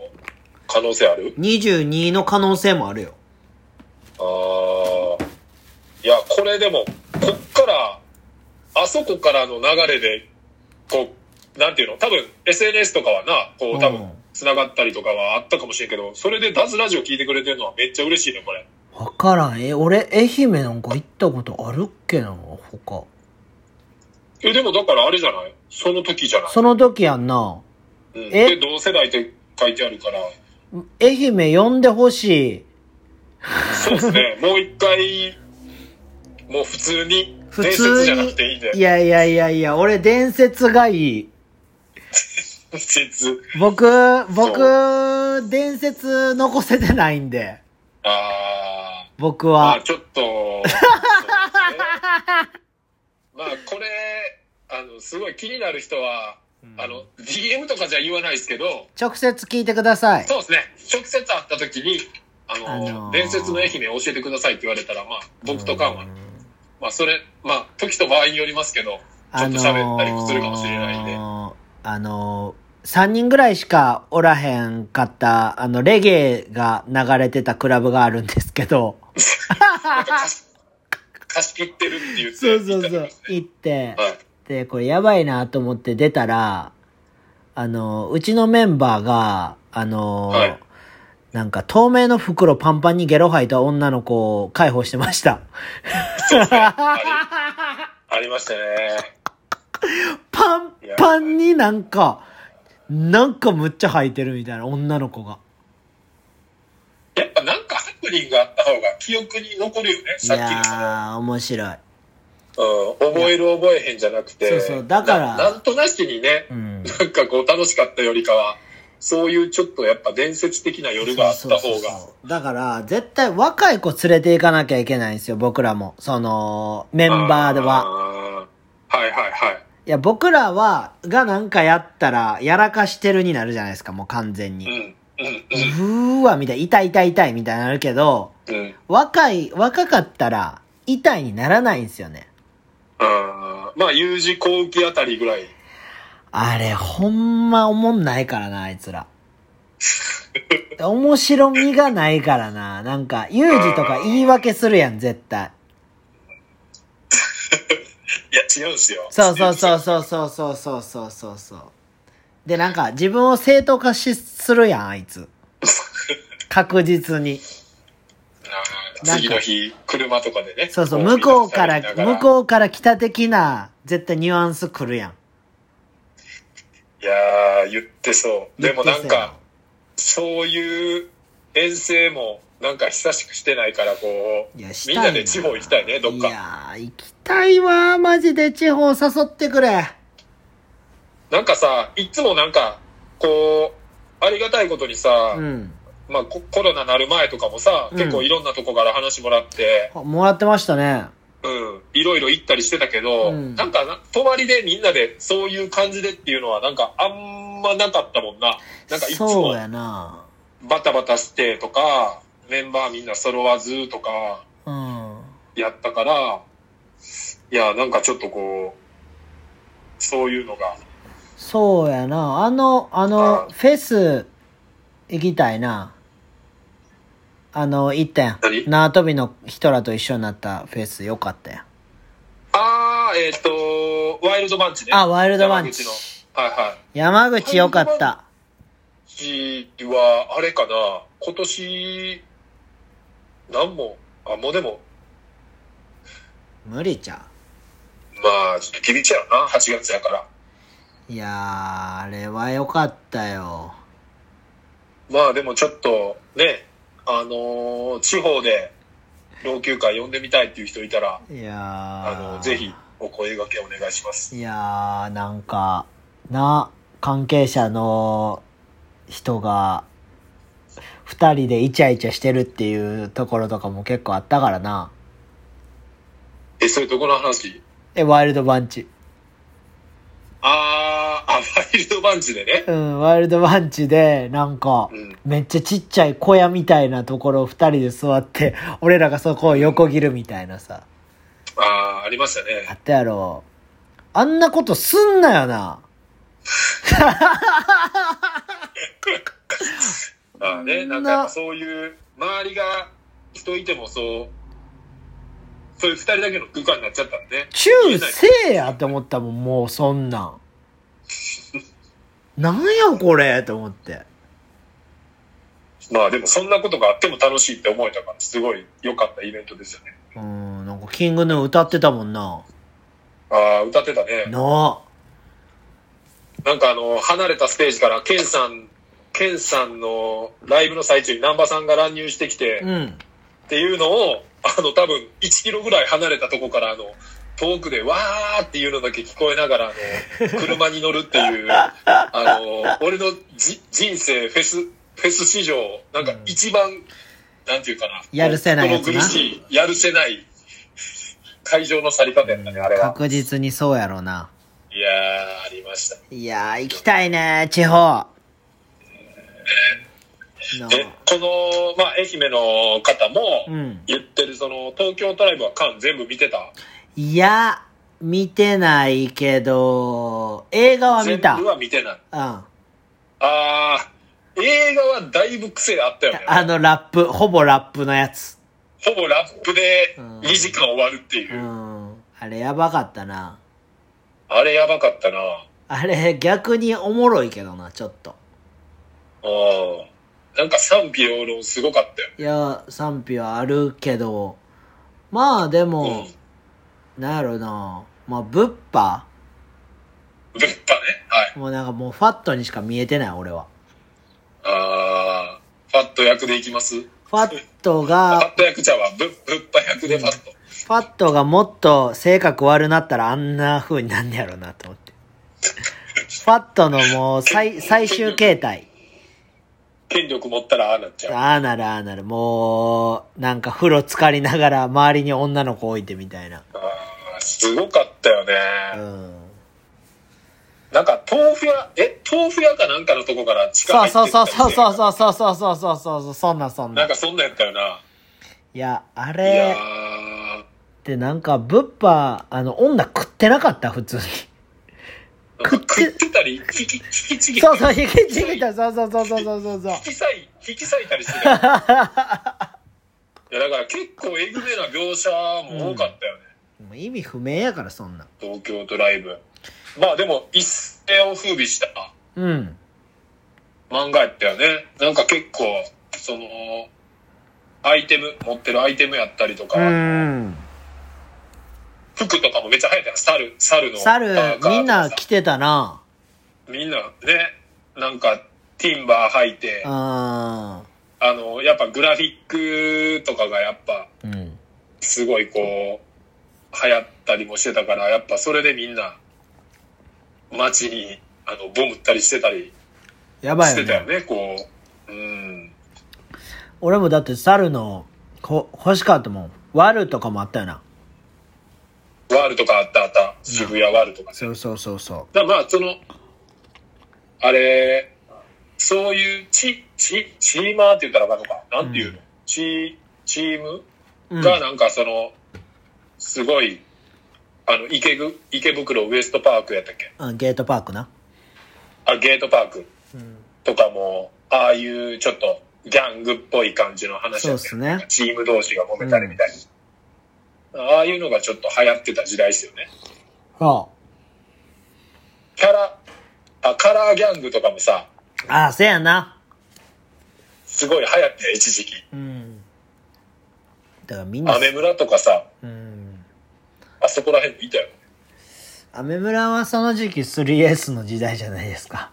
S2: 可能性ある
S1: 22の可能性もあるよ。
S2: ああ。いや、これでも、こっから、あそこからの流れで、こう、なんていうの多分、SNS とかはな、こ
S1: うん
S2: う、多分、繋がったりとかはあったかもしれんけど、それでダズラジオ聞いてくれてるのはめっちゃ嬉しいね、これ。
S1: わからん。え、俺、愛媛なんか行ったことあるっけな、他。
S2: え、でもだからあれじゃないその時じゃない、
S1: その時やんな。
S2: うん、
S1: え
S2: で、同世代って書いてあるから、
S1: 愛媛呼んでほしい。
S2: そうで すね、もう一回、もう普通に、
S1: 普
S2: 伝説
S1: 通
S2: じゃな
S1: に
S2: くていいんで。。
S1: いやいやいやいや、俺伝説がいい。
S2: 伝説。
S1: 僕、僕、伝説残せてないんで、
S2: あー。
S1: 僕
S2: まあ
S1: は。
S2: ちょっと、そう ですねまあこれ、あの、すごい気になる人は、あの、DM とかじゃ言わないですけど、
S1: 直接聞いてください。
S2: そうですね、直接会った時に、あの、
S1: あのー
S2: 伝説の愛媛教えてくださいって言われたら、まあ僕とかは、
S1: うん
S2: まあそれ、まあ時と場合によりますけど、ちょっと喋ったりするかもしれないんで
S1: あのーあのー、3人ぐらいしかおらへんかった、あの、レゲエが流れてたクラブがあるんですけ ど、
S2: なんか貸し貸し切ってるって言って、
S1: そうそう
S2: 言
S1: そ
S2: っ
S1: う
S2: て、たり
S1: 行って
S2: とか、ね
S1: で、これやばいなと思って出たら、あの、うちのメンバーが、あの、
S2: はい
S1: なんか透明の袋パンパンにゲロ吐いた女の子を解放してました。
S2: ありましたね。
S1: パンパンになんか、なんかむっちゃ吐いてるみたいな女の子が。
S2: やっぱなんかハプニングがあった方が記憶に残るよね。
S1: い
S2: さっきのその
S1: やー、面白い。
S2: うん、覚える覚えへんじゃなくて。
S1: そうそうだから
S2: ななんとなしにね、
S1: うん。
S2: なんかこう楽しかったよりかは、そういうちょっとやっぱ伝説的な夜があった
S1: そう
S2: 方
S1: そう
S2: が。
S1: そうだから、絶対若い子連れて行かなきゃいけないんですよ、僕らも。その、メンバーでは。
S2: は。はいはいはい。
S1: いや、僕らは、がなんかやったら、やらかしてるになるじゃないですか、もう完全
S2: うん
S1: に。、
S2: うん、
S1: うーわ、みたいな、痛い痛い痛いみたいになるけど、
S2: うん、うん。
S1: 若い、若かったら、痛いにならないんですよね。
S2: あーまあ、U 字後期あたりぐらい。
S1: あれ、ほんまおもんないからな、あいつ ら。面白みがないからな。なんか、ユージとか言い訳するやん、絶対。
S2: いや、違うんすよ。
S1: そうそうそうそうそうそうそうそうそうそう。で、なんか、自分を正当化し、するやん、あい つ。確実に。
S2: あー次の日、車とかでね。
S1: そうそう、向こうから、向
S2: う。
S1: こうから来た的な、絶対ニュアンス来るやん。
S2: いやー、言ってそう。でもな
S1: 言
S2: ん
S1: ってそうや
S2: か、そういう遠征も、なんか久しくしてないから、こう、
S1: いや、した
S2: み
S1: い
S2: んなで地方行きたいね、どっ
S1: い
S2: か。
S1: やー、行きたいわー、マジで地方誘ってくれ。
S2: なんかさ、いつもなんか、こう、ありがたいことにさ、
S1: うん。
S2: まあココロナなる前とかもさ、
S1: うん
S2: 結構いろんなとこから話もらって、
S1: あもらってましたね。
S2: うん、いろいろ行ったりしてたけど、
S1: うん
S2: なんかな、泊まりでみんなでそういう感じでっていうのはなんかあんまなかったもんな。なんかいつ
S1: そ
S2: も
S1: うやな
S2: バタバタしてとか、メンバーみんな揃わずとか、
S1: うん。
S2: やったから、いや、なんかちょっとこう、そういうのが、
S1: そうやなあの、あの
S2: う、ん
S1: フェス行きたいな。あの、行ったやん
S2: 何。
S1: 縄跳びの人らと一緒になったフェスよかったやん。
S2: あー、えっ、と、ワイルドバンチね。
S1: あ、ワイルドワンチ
S2: 山。口の。はいはい。
S1: 山口よかった。
S2: ちは、あれかな、今年、なんも、あ、もうでも、
S1: 無理ちゃ
S2: まあ、ちょっと厳しいやろな、8月やから。
S1: う。いやー、あれはよかったよ。
S2: まあでもちょっと、ね、あのー地方で、老朽化呼んでみたいっていう人いたら、
S1: いやー。
S2: あのぜひ、お声掛けお願いします。
S1: いやー、なんか、な、関係者の人が、二人でイチャイチャしてるっていうところとかも結構あったからな。
S2: え、それどこの話
S1: え、ワイルドバンチ。
S2: あー、あ、ワイルドバンチでね。
S1: うん、ワイルドバンチで、なんか
S2: う、ん。
S1: めっちゃちっちゃい小屋みたいなところを二人で座って、俺らがそこを横切るみたいなさ。
S2: あー、ありました
S1: あ
S2: ね。
S1: ったやろ。あんなことすんなよな。
S2: あーね、なんかやっぱそういう、周りが人いてもそう、そういう二人だけの空間になっちゃったんでね。
S1: チューせえやって思ったもん、もうそん なん。なんやこれと思って。
S2: まあでもそんなことがあっても楽しいって思えたから、すごい良かったイベントですよね。
S1: うん、なんかキングヌー歌ってたもんな。
S2: ああ、歌ってたね。
S1: な
S2: なんかあの、離れたステージから、ケンさん、ケンさんのライブの最中に南波さんが乱入してき
S1: あ。
S2: て、
S1: う
S2: っ
S1: ん。
S2: ていうのを、あの、多分1キロぐらい離れたとこから、あの、遠くでわーっていうのだけ聞こえながら、あ の、車に乗るっていう、あの、俺のじ人生、フェス、フェス史上、なんか一番、なんていうかな。
S1: やるせないやつな
S2: 心苦しい、やるせない、会場の去り方やったね、あれは。
S1: 確実にそうやろうな。
S2: いやー、ありました。
S1: いやー、行きたいね、地方。な
S2: で、この、まあ、愛媛の方も
S1: あ。う、ん。
S2: 言ってる、その、東京トライブは缶全部見てた。
S1: いや、見てないけど、映画は見た。う
S2: 全
S1: ん
S2: 部。は見てない。
S1: あ
S2: あー、映画はだいぶ癖あったよね。
S1: のラップ、ほぼラップのやつ。
S2: ほぼラップで
S1: うん
S2: 2時間終わるっていうう。
S1: ん。あれやばかったな。
S2: あれやばかったな。あ
S1: あれ、逆におもろいけどな、ちょっと。
S2: あ。なんか賛否両論すごかったよ。
S1: いや、賛否はあるけど、まあでも、なんやろな、まあ、ブッパ
S2: ぶっぱね。はい。
S1: もうなんかもうファットにしか見えてない、俺は。
S2: ああ。ファット役でいきますフ
S1: ファット
S2: ァ
S1: が
S2: ッ、ト役ちゃうわ。ぶ、ぶっぱ役でファット。
S1: ファットがもっと性格悪なったらあんな風になんねやろうなと思って。ファットのもう最、最終形態。
S2: 権力持ったらああなっちゃう。
S1: ああなるああなる。もう、なんか風呂浸かりながら周りに女の子置いてみたいな。
S2: ああ。すごかったよ
S1: う
S2: ね。
S1: ん。
S2: なんか豆腐屋、え、豆腐屋かなんかのとこから近
S1: そう
S2: 入って
S1: そう
S2: った
S1: そう
S2: みたい
S1: そう
S2: な
S1: そうそうそうそうそうそうそう、そんなそん
S2: な。
S1: なん
S2: かそんなんやったよな。
S1: いや、あ
S2: いや
S1: れってなんか、ブッパ、あの、女食ってなかった、普通に。
S2: ー、なんか食ってたり、引き、引きちぎった
S1: そう
S2: り
S1: そう、ひげちぎった、そうそうそうそうそうそうそう
S2: 引。き裂い、引き裂いたりしてたよ。いや、だから結構えぐめな描写も多かったよね。
S1: もう意味不明やから、そんなん。
S2: 東京ドライブ。まあでも、一世を風靡した
S1: うん。
S2: 漫画やったよね。なんか結構、その、アイテム、持ってるアイテムやったりとか、
S1: うん。
S2: 服とかもめっちゃ流行ったよ。猿、猿の。
S1: 猿
S2: パーカーと、かさ
S1: みんな来てたな。
S2: みんなね、なんか、ティンバー履いて、
S1: あ
S2: あの、やっぱグラフィックとかがやっぱ、
S1: ーうん。
S2: すごいこう、流行ったりもしてたから、やっぱそれでみんな、街に、あの、ボムったりしてたり
S1: やばい
S2: し
S1: よ
S2: て
S1: ね
S2: た。よね、こう。うん。
S1: 俺もだって猿の、こ、欲しかったもん。ワルとかもあったよな。
S2: ワールとかあったあった。渋谷ワールとかね。
S1: そうそうそうそ
S2: だからまあ、その、あれ、そういうチ、チ、チーマーって言ったらわかるのか。なんていうの、
S1: うん
S2: チ、チーム
S1: う。うん。
S2: がなんかその、すごい、あの、池ぐ、池袋ウエストパークやったっけ
S1: うんゲートパークな。
S2: あ、ゲートパーク
S1: うん。
S2: とかも、ああいうちょっとギャングっぽい感じの話だった
S1: そ
S2: よ
S1: うっすね
S2: なんかチーム同士が揉めたりみたいな。ああいうのがちょっと流行ってた時代ですよね。
S1: そ
S2: キャラ、あ、カラーギャングとかもさ、
S1: う。ああ、せやな。
S2: すごい流行って一時期。
S1: うん。だからみんな
S2: ア、メ村とかさ、
S1: うん。
S2: あそこら辺にいたよ。
S1: アメ村はその時期 3S の時代じゃないですか。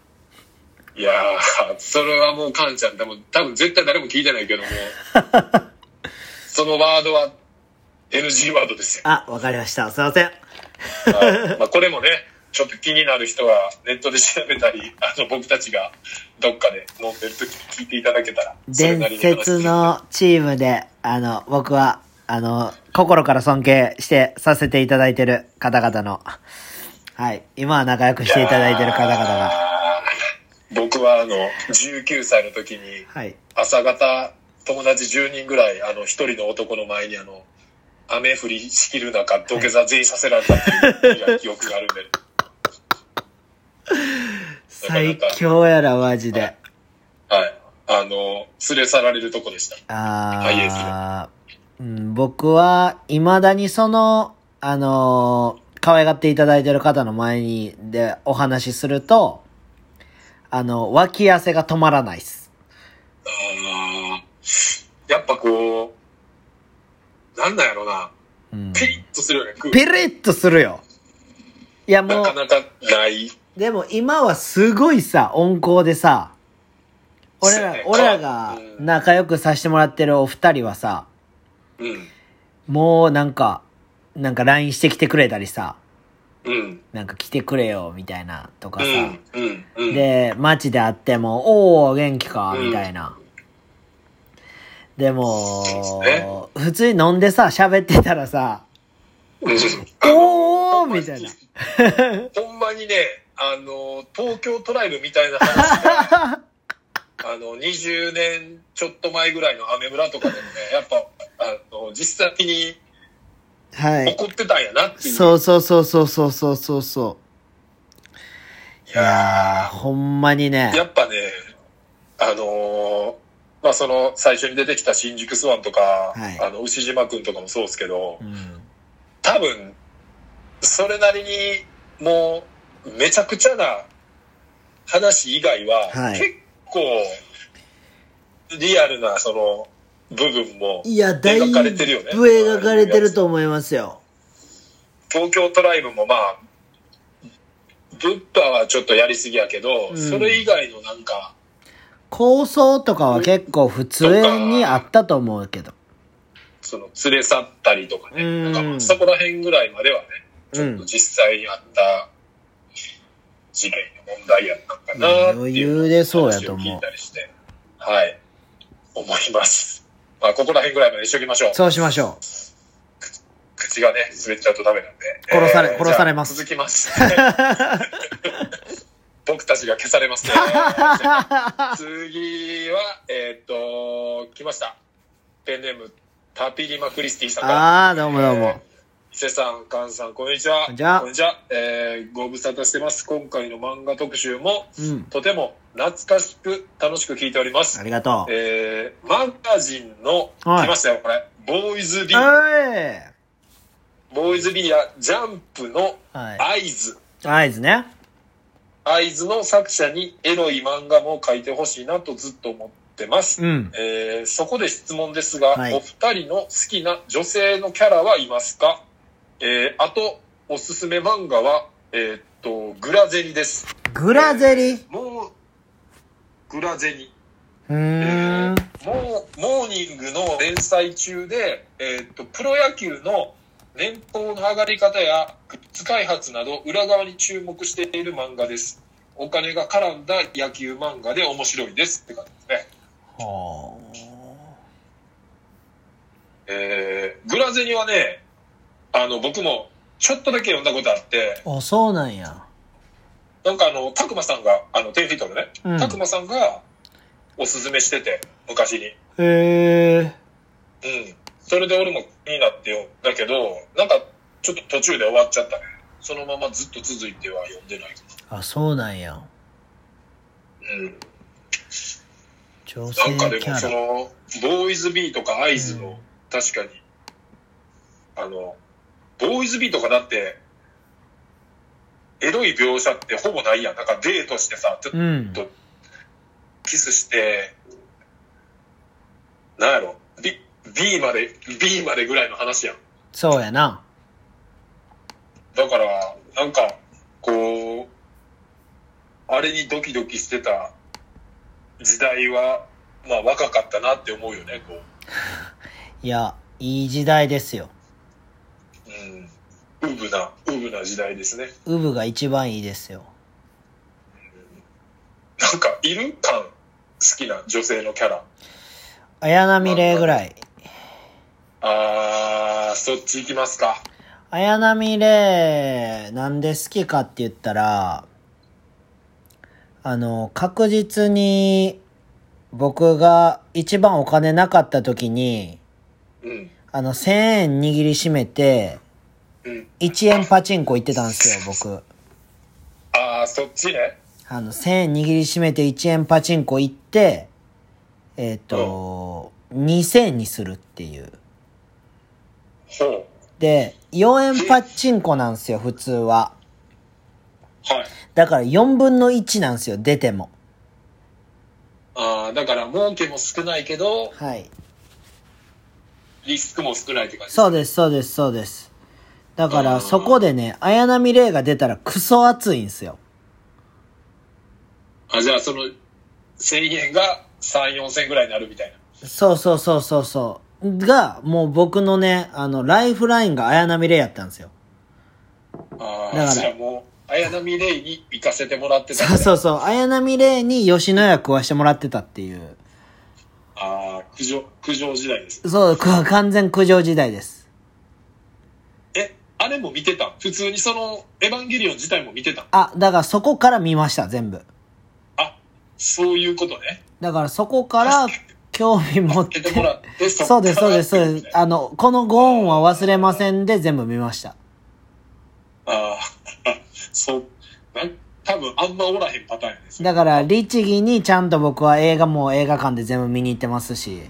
S2: いやー、それはもうカンちゃん、でも多分絶対誰も聞いてな いけども、そのワードは NG ワードですよ。
S1: あ、わかりました。すいません。
S2: はい まあこれもね、ちょっと気になる人はネットで調べたり、あの僕たちがどっかで飲んでる時に聞いていただけたら、それなり
S1: 伝
S2: に話して
S1: 説のチームで、あの、僕は、あの、心から尊敬してさせていただいてる方々の、はい、今は仲良くしていただいてる方々が、
S2: あー僕はあの、19歳の時に、
S1: はい。
S2: 朝方、友達10人ぐらい、あの、一人の男の前にあの、雨降りしきる中、土下座全員させられたっていう記憶が あるんで、
S1: 最強やら、マジで。
S2: はい。あの、連れ去られるとこでした。
S1: あー、うん、僕は、未だにその、あのー可愛がっていただいてる方の前に、で、お話しすると、あの、脇汗が止まらないっす。
S2: あーやっぱこう、なんなんやろな。
S1: うん。
S2: ピリッとするよね。空気
S1: ピリッとするよ。いやも
S2: な
S1: う
S2: か、なかない。
S1: でも今はすごいさ、温厚でさ、俺
S2: そう
S1: ら
S2: ね、
S1: 俺らが
S2: うん
S1: 仲良くさせてもらってるお二人はさ、
S2: うん。
S1: もうなんか、なんか LINE してきてくれたりさ、
S2: うん。
S1: なんか来てくれよ、みたいな、とか
S2: う
S1: さ、
S2: ん。うん。うん。
S1: で、街で会っても、おー、元気か、
S2: うん
S1: みたいな。で
S2: そうですね
S1: も、普通に飲んでさ、喋ってたらさ、
S2: うん
S1: おーみたいな。
S2: ほんまにね、あの、東京トライブみたいな話が、 あの、20年ちょっと前ぐらいのアメ村とかでもね、やっぱ、あの、実際に
S1: はい。
S2: 怒ってたんやなっていう。
S1: そうそうそうそうそうそうそうそう。い
S2: いや
S1: やー、ほんまにね。
S2: やっぱね、あのーまあ、その、最初に出てきた新宿スワンとか、
S1: はい
S2: あの、牛島くんとかもそうですけど
S1: う、ん。
S2: 多分、それなりに、もう、めちゃくちゃな話以外は、
S4: はい
S2: 結構、リアルな、その、部分も、
S1: いや、だいぶ
S2: 描かれてるよね。
S1: 描かれてると思いますよ。
S2: 東京トライブもまあ、ブッパはちょっとやりすぎやけど、
S1: ん
S2: それ以外のなんか、
S1: 構想とかは結構普通にあったと思うけど。
S2: その連れ去ったりとかね、
S1: うん
S2: なんかそこら辺ぐらいまではね、ちょっと実際にあった事件の問題やったんかなって
S1: 余
S2: いう
S1: 裕でそうやと
S2: 話を聞
S1: 思
S2: いたりして、はい、思います。まあ、ここら辺ぐらいまでしときましょう
S1: う。。そうしましょ
S2: 口がね、滑っちゃうとダメなんで。
S1: 殺され
S2: えー
S1: 殺されます
S2: じゃあ続きます。 僕たちが消されますね。次は、えーっと、来ました。ペンネーム、タピリマ・クリスティさ
S1: う。
S2: んから。
S1: ああ、どうもどう
S2: え
S1: も。
S2: ー伊勢さん、菅さん、こんにちは。
S1: こんにちは
S2: えーご無沙汰してます。今回の漫画特集も、
S1: うん。
S2: とても懐かしく楽しく聞いております
S1: あ。りがとう。
S2: えーマガジンの、
S1: はい
S2: 来ましたよ、これ。ボーイズビー、
S1: はい。
S2: ボーイズビーやジャンプの
S1: は
S2: 合図。
S1: い。合図ね。
S2: 合図の作者にエロい漫画も書いてほしいなとずっと思ってます。
S1: うん。
S2: えーそこで質問ですが、
S1: はい
S2: お二人の好きな女性のキャラはいますかえーあと、おすすめ漫画は、えーっと、グラゼニです。
S1: グラゼリ。う
S2: もう、グラゼニ。
S1: ーん。
S2: もう、モーニングの連載中で、えーっと、プロ野球の年俸の上がり方やグッズ開発など裏側に注目している漫画です。お金が絡んだ野球漫画で面白いですって感じですね。
S1: は
S2: えー、グラゼニはね、あの、僕もちょっとだけ読んだことあって、
S1: あ。あ、そうなんや。
S2: なんかあの、たくまさんが、あの、テンフィートのね、
S1: うん
S2: たくまさんがおすすめしてて、昔に。
S1: へえ。
S2: うん。それで俺も気になってよ。だけど、なんか、ちょっと途中で終わっちゃったね。そのままずっと続いては読んでないか
S1: あ、そうなんや。
S2: な。うん。
S1: 女
S2: なんか
S1: 性
S2: で
S1: キ
S2: も、そ
S1: ャラ。
S2: の、ボーイズビーとかアイズの、
S1: うん
S2: 確かに、あの、ボーイズビーとかだって、エロい描写ってほぼないやん。なんかデートしてさ、ちょっ
S1: うん。
S2: とキスして、なんやろ、B, B まで、B までぐらいの話やん。
S1: そうやな。
S2: だから、なんか、こう、あれにドキドキしてた時代は、まあ若かったなって思うよね、こう。
S1: いや、いい時代ですよ。
S2: うん。ウブな、ウブな時代ですね。
S1: ウブが一番いいですよ。
S2: なんか、いる感、好きな女性のキャラ。
S1: 綾波レイぐらい。
S2: あー、そっち行きますか。
S1: 綾波レイ、なんで好きかって言ったら、あの、確実に、僕が一番お金なかった時に、
S2: うん。
S1: あの、1000円握りしめて、
S2: うん。
S1: 1円パチンコ行ってたんですよ、僕。
S2: あー、そっちね。
S1: あの、1000円握りしめて1円パチンコ行って、えっ、と、2000にするっていう。
S2: ほ
S1: で、4円パチンコなんですよ、普通は。
S2: う。はい。
S1: だから4分の1なんですよ、出ても。
S2: あー、だから、儲けも少ないけど、
S1: はい。
S2: リスクも少ないって感じ。
S1: そうです、そうです、そうです。だか
S2: う
S1: ら、
S2: ん
S1: そこでね、綾波レイが出たらクソ熱いんですよ。
S2: あ、じゃあ、その、1000円が3、4000円ぐらいになるみたいな。
S1: そうそうそうそうそう。が、もう僕のね、あの、ライフラインが綾波レイやったんですよ。
S2: あ
S1: だか
S2: あ、
S1: ら
S2: じゃあもう、綾波レイに行かせてもらってたん
S1: そ
S2: だ
S1: うそうそう。綾波レイに吉野家食わしてもらってたっていう。
S2: ああ、苦情、苦情時代です。
S1: そう、く完全苦情時代です。
S2: え、あれも見てた普通にその、エヴァンゲリオン自体も見てた
S1: あ、だからそこから見ました、全部。
S2: あ、そういうことね。
S1: だからそこから興味持っ
S2: 受
S1: て
S2: け。てもらって、っ
S1: そうです、そうです、そうです。
S2: あ
S1: あの、このご恩は忘れませんで全部見ました。
S2: あー、 そう、なん多分あんまおらへんパターンやね。
S1: だから、律儀にちゃんと僕は映画も映画館で全部見に行ってますし。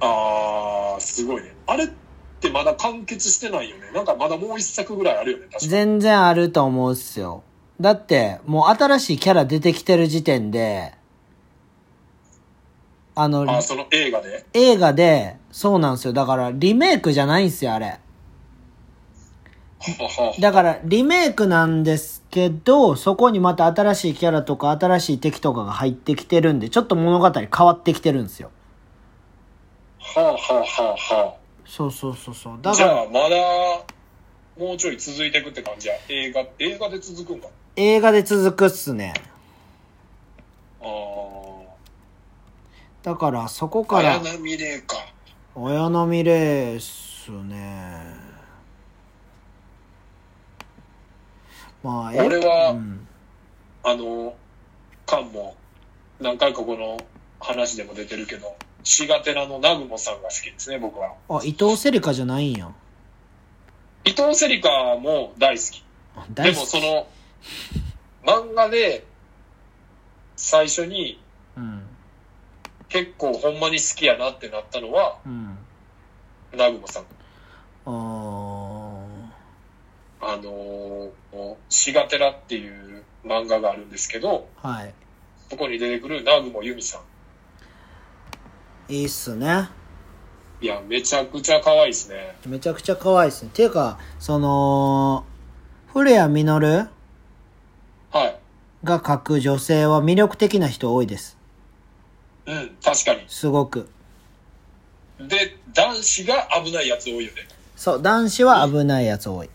S2: ああ、すごいね。あれ、ってまだ完結してないよね。なんかまだもう一作ぐらいあるよね、確かに。
S1: 全然あると思うっすよ。だって、もう新しいキャラ出てきてる時点で、あの、
S2: あ、その映画で。
S1: 映画で、そうなんですよ。だから、リメイクじゃないんですよ、あれ。
S2: はは
S1: だから、リメイクなんですけど、そこにまた新しいキャラとか、新しい敵とかが入ってきてるんで、ちょっと物語変わってきてるんですよ。
S2: ははははは
S1: そうそうそうそう。
S2: は
S1: だ
S2: じ
S1: か
S2: ゃ
S1: ら、
S2: あ、まだ、もうちょい続いていくって感じや。映画、映画で続くんか。
S1: 映画で続くっすね。
S2: あー
S1: だから、そこか
S2: 綾
S1: ら、
S2: 波レイか。
S1: 親のみれっすね。まあ、え
S2: 俺は
S1: うん
S2: あの、カンも、何回かこの話でも出てるけど、シガテラのナグモさんが好きですね、僕は。
S1: あ、伊藤セリカじゃないんや。
S2: 伊藤セリカも大好き。
S1: あ
S2: で
S1: 大好
S2: も
S1: き。
S2: その、漫画で、最初に
S1: うん。
S2: 結構ほんまに好きやなってなったのは、
S1: うん。
S2: ナグモさん。
S1: あー
S2: あのー、シガテラっていう漫画があるんですけど、
S1: はい。
S2: そこに出てくるナグモユミさん。
S1: いいっすね。
S2: いや、めちゃくちゃ可愛いですね。
S1: めちゃくちゃ可愛いっすね。ていうか、その、古谷実
S2: はい。
S1: が描く女性は魅力的な人多いです。
S2: うん、確かに。
S1: すごく。
S2: で、男子が危ないやつ多いよね。
S1: そう、男子は危ないやつ多い。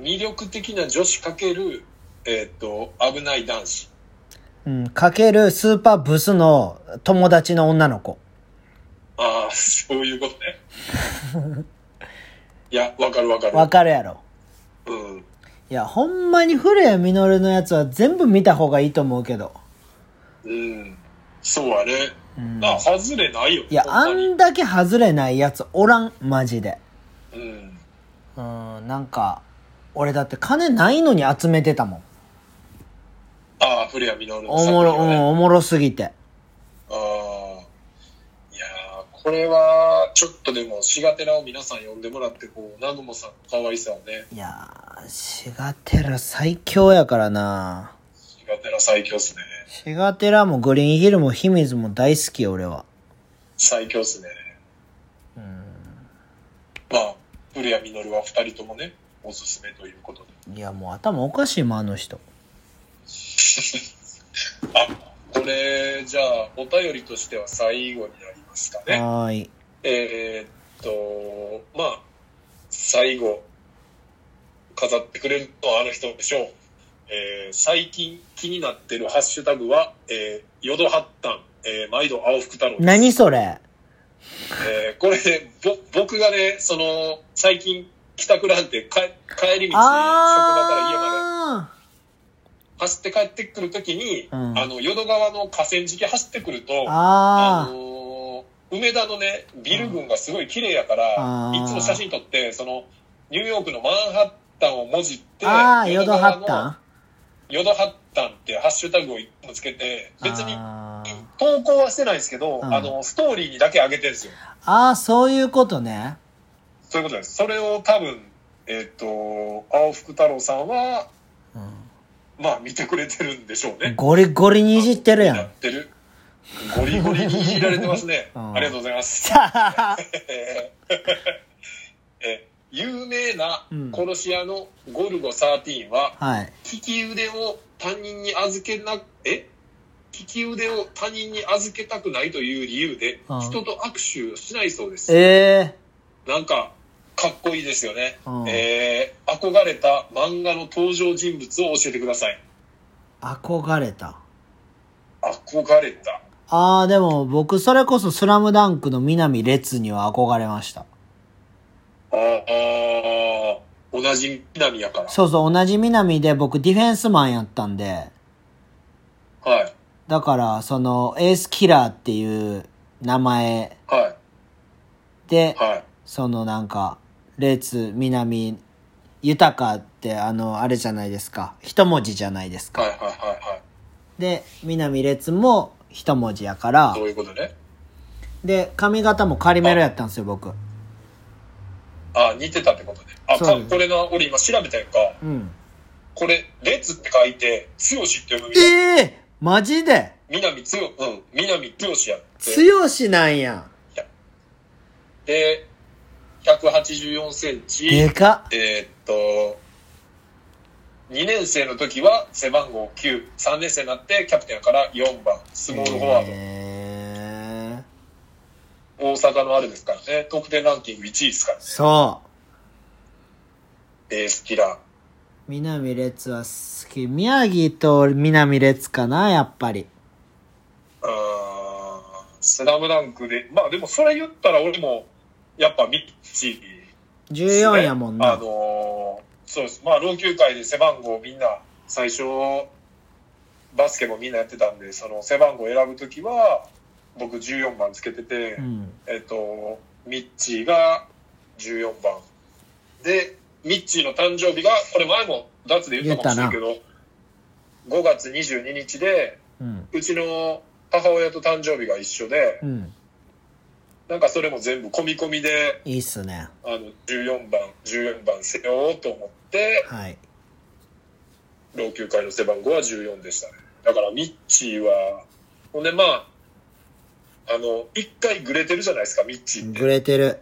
S2: 魅力的な女子かける、えーっと、危ない男子。
S1: うん、かけるスーパーブスの友達の女の子。
S2: ああ、そういうことね。いや、わかるわかる。
S1: わかるやろ。
S2: うん。
S1: いや、ほんまに古谷実のやつは全部見た方がいいと思うけど。
S2: うん。そうやね。
S1: うん
S2: まあ、外れないよ。
S1: いや、あ
S2: ほんまに
S1: んだけ外れないやつおらん、マジで。
S2: うん。
S1: うん、なんか、俺だって金ないのに集めてたもん。
S2: ああ、古谷実の
S1: おもろ、うん、
S2: 作品はね
S1: おもろすぎて。
S2: ああ。いやーこれは、ちょっとでも、しがてらを皆さん呼んでもらって、こう、南雲さんの可愛さをね、
S1: いやー、シガテラ最強やからな
S2: しがてら最強っすね。
S1: シガテラもグリーンヒルもヒミズも大好き、俺は。
S2: 最強っすね。まあ、古谷実は二人ともね、おすすめということで。
S1: いや、もう頭おかしいもん、あの人。
S2: あ、これ、じゃあ、お便りとしては最後になりますかね。
S1: はーい。
S2: えーっと、まあ、最後、飾ってくれるのはあの人でしょう。えー最近気になってるハッシュタグは、えー、ヨドハッタン、えー毎度青福太郎です。
S1: 何それ
S2: えーこれね、ぼ、僕がね、その、最近、帰宅ランで帰帰り道、職場から家まで
S1: あ
S2: 走って帰ってくるときに、
S1: うん
S2: あの、淀川の河川敷走ってくると、
S1: ー
S2: あ
S1: あー
S2: のー梅田のね、ビル群がすごい綺麗やから、
S1: うん
S2: いつも写真撮って、その、ニューヨークのマンハッタンをもじって、
S1: ああ、ヨドハッ
S2: 淀川
S1: タ
S2: の
S1: ン
S2: ヨドハッタンってハッシュタグをいつもつけて、別に
S1: あー
S2: 投稿はしてないんですけ
S1: う
S2: ど、
S1: ん
S2: あの、ストーリーにだけ上げてるんですよ。
S1: あー、そういうことね。
S2: そういうことです。それを多分、えっ、と、青福太郎さんは、まあ見てくれてるんでしょうね。
S1: ゴリゴリにいじってるやん。
S2: やってる。ゴリゴリにいじられてますね。
S1: うん
S2: ありがとうございます。えーえー有名な殺し屋のゴルゴ13は、
S1: はい。
S2: 利き腕を他人に預けな、え利き腕を他人に預けたくないという理由で
S1: うん、
S2: 人と握手をしないそうです。
S1: ええ
S2: なんか、かっこいいですよね。
S1: うん
S2: えー憧れた漫画の登場人物を教えてください。
S1: 憧れた。
S2: 憧れた。
S1: ああ、でも僕それこそスラムダンクの南列には憧れました。
S2: ああ、同じ南やから。
S1: そうそう、同じ南で僕ディフェンスマンやったんで、
S2: はい。
S1: だからそのエースキラーっていう名前
S2: はい。
S1: で、
S2: はい。
S1: そのなんか、列、南、豊かってあの、あれじゃないですか。一文字じゃないですか。
S2: はいはいはいはい。
S1: で、南列も一文字やから
S2: そう、いうことね。
S1: で、髪型もカリメロやったんですよ、僕。
S2: あ、似てたってことね。あ、
S1: そう
S2: かこれな、俺今調べたやんか。
S1: うん。
S2: これ、列って書いて、強しって読むみた
S1: え
S2: い。
S1: えマジで
S2: 南強、うん、南強しやって。
S1: 強しなんや。
S2: で、184センチ。
S1: でかっ。
S2: えーっと、2年生の時は背番号9、3年生になってキャプテンやから4番、スモールフォワード、
S1: えー
S2: 大阪のあれですからね、得点ランキング1位ですから、
S1: そ
S2: エースキラー。
S1: う。南烈は好き。宮城と南烈かな、やっぱり。
S2: あースラムダンクで、まあでもそれ言ったら俺も、やっぱミッチーですね、
S1: 14やもん
S2: あ
S1: な。
S2: のーそうです。まあ老朽会で背番号みんな、最初、バスケもみんなやってたんで、その背番号選ぶ時は、僕14番つけてて、
S1: うん。
S2: えっと、ミッチーが14番。で、ミッチーの誕生日が、これ前も脱で言ったかもしれんけど、5月22日で、
S1: うん。
S2: うちの母親と誕生日が一緒で、
S1: うん。
S2: なんかそれも全部込み込みで、
S1: いいっすね。
S2: あの、14番、14番背負おうと思って、
S1: はい。
S2: 老朽会の背番号は14でしたね。だからミッチーは、ほんでまあ、あの、一回グレてるじゃないですか、ミッチーって
S1: グ。レてる。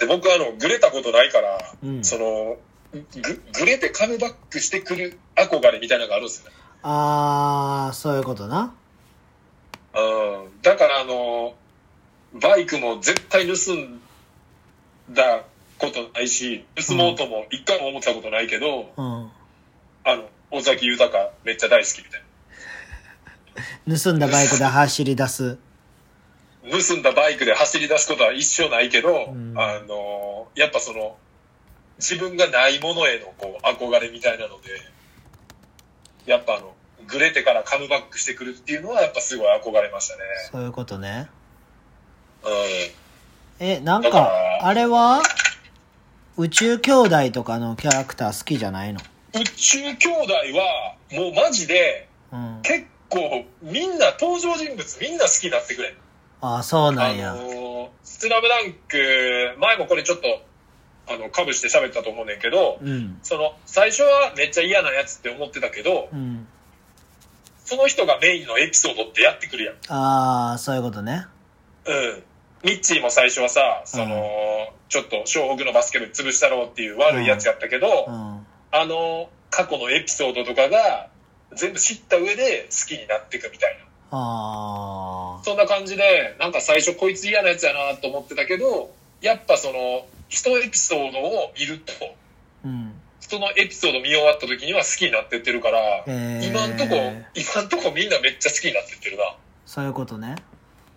S2: で僕はあのグレたことないから、
S1: うん
S2: そのググレてカムバックしてくる憧れみたいなのがあるんですよね、
S1: あー、そういうことな。
S2: うん、だからあのバイクも絶対盗んだことないし盗もうとも一回も思ったことないけど、
S1: うん。
S2: あの尾崎豊めっちゃ大好きみたい
S1: 盗んだバイクで走り出す。
S2: な盗んだバイクで走り出すことは一生ないけど、
S1: うん
S2: あのやっぱその自分がないものへのこう憧れみたいなのでやっぱあのグレてからカムバックしてくるっていうのはやっぱすごい憧れましたね、
S1: そういうことね。
S2: う
S1: え、なん
S2: だか
S1: か、
S2: ら
S1: あれは宇宙兄弟とかのキャラクター好きじゃないの
S2: ん、宇宙兄弟はもうマジで
S1: うん。
S2: 結構みんな登場人物みんな好きになってくれん
S1: ああ、そうな
S2: あ
S1: んや。
S2: のースラムダンク前もこれちょっとあのかぶして喋ったと思うねんけど、
S1: うん。
S2: その最初はめっちゃ嫌なやつって思ってたけど、
S1: うん。
S2: その人がメインのエピソードってやってくるやん。
S1: ああ、そういうことね。
S2: うん。ミッチーも最初はさ、その、
S1: うん
S2: ちょっと湘北のバスケ部潰したろうっていう悪いやつやったけど、
S1: うん。
S2: あの、過去のエピソードとかが全部知った上で好きになっていくみたいな。
S1: ああ。
S2: そんな感じで、なんか最初こいつ嫌なやつやなと思ってたけど、やっぱその、一エピソードを見ると、
S1: うん。
S2: そのエピソード見終わった時には好きになってってるから、
S1: えー、
S2: 今んとこ、今んとこみんなめっちゃ好きになってってるな。
S1: そういうことね。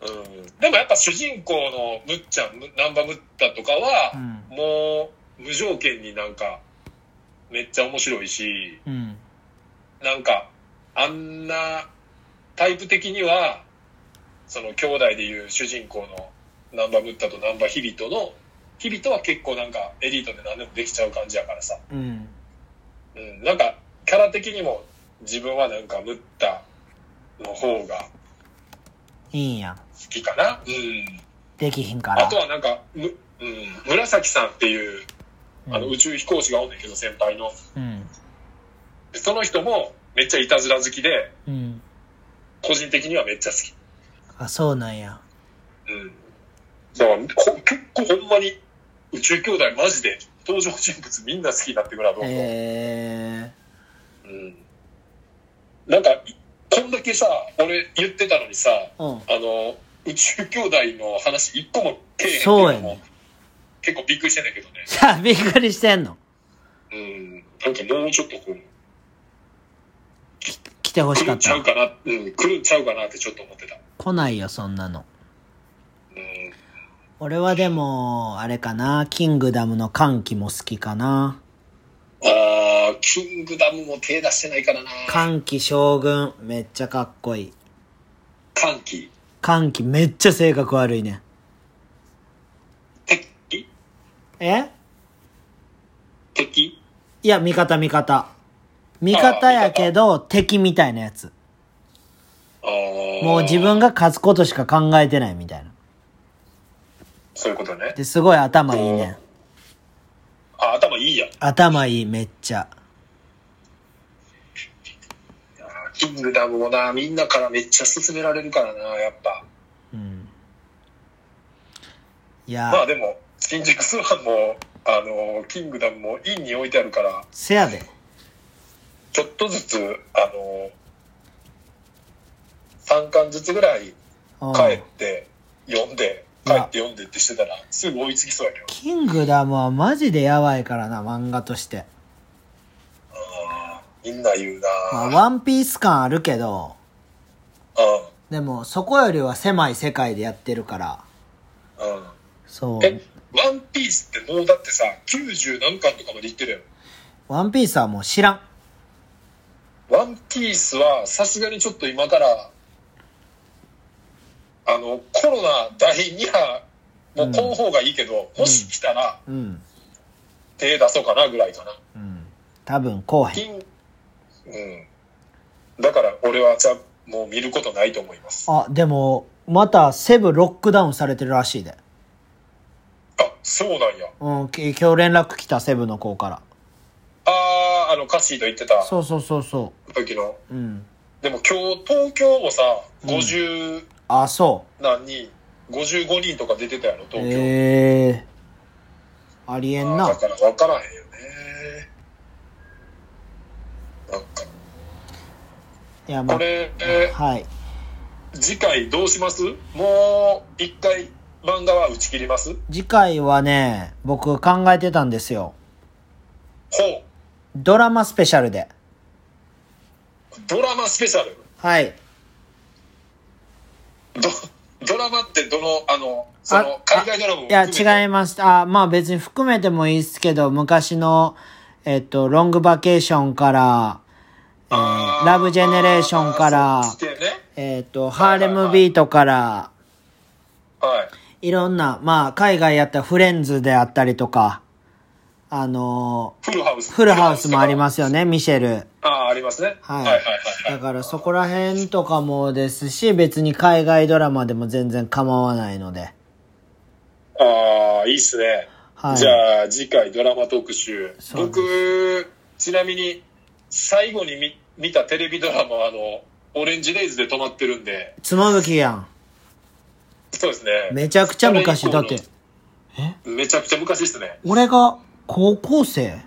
S2: うんでもやっぱ主人公のむっちゃん、むナンバムッタとか
S1: う
S2: は、
S1: ん。
S2: もう無条件になんか、めっちゃ面白いし、
S1: うん。
S2: なんか、あんな、タイプ的には、その兄弟でいう主人公のナンバムッタとナンバヒビトの、ヒビトは結構なんかエリートで何でもできちゃう感じやからさ、
S1: うん。
S2: うん、なんかキャラ的にも自分はなんかムッタの方が
S1: いいんや。
S2: 好きかな。うん
S1: できひんから。
S2: あとはなんか、む、うん、紫さんっていう、あの、
S1: うん
S2: 宇宙飛行士がおんねんけど、先輩の。
S1: うん。
S2: でその人も、めっちゃいたずら好きで、
S1: うん。
S2: 個人的にはめっちゃ好き。
S1: あ、そうなんや。
S2: うん。だから、こ結構ほんまに、宇宙兄弟マジで、登場人物みんな好きになってくるなと思う
S1: え
S2: うん。なんか、いこんだけさ、俺言ってたのにさ、
S1: えー。うん。
S2: あの、宇宙兄弟の話一個もけえへんってい
S1: そうや
S2: うのも
S1: ね、
S2: 結構びっくりしてんだけどね。
S1: さあ、びっくりしてんの
S2: うん。なんかもうちょっとこう、
S1: 来てほし
S2: 来
S1: か
S2: る
S1: っ
S2: んちゃ
S1: た
S2: う。かな、うん、来るんちゃうかなってちょっと思ってた。
S1: 来ないよ、そんなの。
S2: うん。
S1: 俺はでも、あれかな、キングダムの歓喜も好きかな。
S2: あー、キングダムも手出してないからな。
S1: 歓喜将軍、めっちゃかっこいい。
S2: 歓喜。
S1: 歓喜めっちゃ性格悪いね。
S2: 敵
S1: え
S2: 敵
S1: いや、味方味方。味方やけど、敵みたいなやつ。
S2: あー。
S1: もう自分が勝つことしか考えてないみたいな。
S2: そういうことね。
S1: で、すごい頭いいねん。
S2: あ、頭いいや。
S1: 頭いい、めっちゃ。
S2: キングダムもな、みんなからめっちゃ勧められるからな、やっぱ。
S1: うん。い
S2: まあ
S1: や、
S2: でも、新宿スワンも、あの、キングダムもインに置いてあるから、
S1: せやで。
S2: ちょっとずつ、あの、3巻ずつぐらい
S1: うん
S2: 帰って読んで、
S1: うん
S2: 帰って読んでってしてたら、すぐ追いつきそうやけど。
S1: キングダムはマジでやばいからな、漫画として。
S2: みんな言うな
S1: まあ、
S2: ぁ。
S1: ワンピース感あるけど、
S2: う
S1: でも、そこよりは狭い世界でやってるから。
S2: ん。うん。
S1: そう。
S2: え、ワンピースってもうだってさ、90何巻とかまでいってるやん。
S1: ワンピースはもう知らん。
S2: ワンピースはさすがにちょっと今から、あの、コロナ第2波もこの方がいいけど、もし来たら
S1: うん。
S2: 手出そうかなぐらいかな。
S1: うん。多分、こうへん。
S2: 金、うん。だから俺はじゃあもう見ることないと思います。あ、
S1: あ、でも、また、セブロックダウンされてるらしいで。
S2: そうなんや。
S1: うん、き今日連絡来た、セブの子から。
S2: あー、あの、カッシーと言ってた
S1: そうそうそうそ
S2: 時の。
S1: う。うん。
S2: でも今日、東京もさ、
S1: ん
S2: 50
S1: あ、そ
S2: 何人、55人とか出てたやろ、
S1: う。
S2: 東京。
S1: ええー。ありえんな
S2: だ。から分からへんよねなんか
S1: いや、ま
S2: こ
S1: あ、
S2: れ、え
S1: はい。
S2: ー次回どうしますもう一回漫画は打ち切りますほ
S1: 次回はね、僕考えてたんですよ。
S2: う
S1: ドラマスペシャルで。
S2: ドラマスペシャル
S1: はい。
S2: どドラマってどのあのその海外ドラマも
S1: いや、違
S2: い
S1: います。あ、まあ別に含めてもいいですけど、昔の、えっと、ロングバケーションから、ラブジェネレーションから
S2: ね
S1: えっと、ハーレムビートから、
S2: はい
S1: いろんな、まあ海外やったらフレンズであったりとか、あの
S2: フルハウス
S1: ー、フルハウスもあります
S2: よ
S1: よね、ミシェル。
S2: ああありますね、
S1: は
S2: はいい、はいはいはい
S1: だからそこら辺とかもですし、別に海外ドラマでも全然構わないので。
S2: ああいいっすね
S1: はい。
S2: じゃあ次回ドラマ特集
S1: そうです
S2: 僕ちなみに最後に見見たテレビドラマはあのオレンジレイズで止まってるんで
S1: つまぶきやん。
S2: そうですね
S1: めちゃくちゃ昔、だって、
S2: めちゃくちゃ昔ですね
S1: 俺が高校生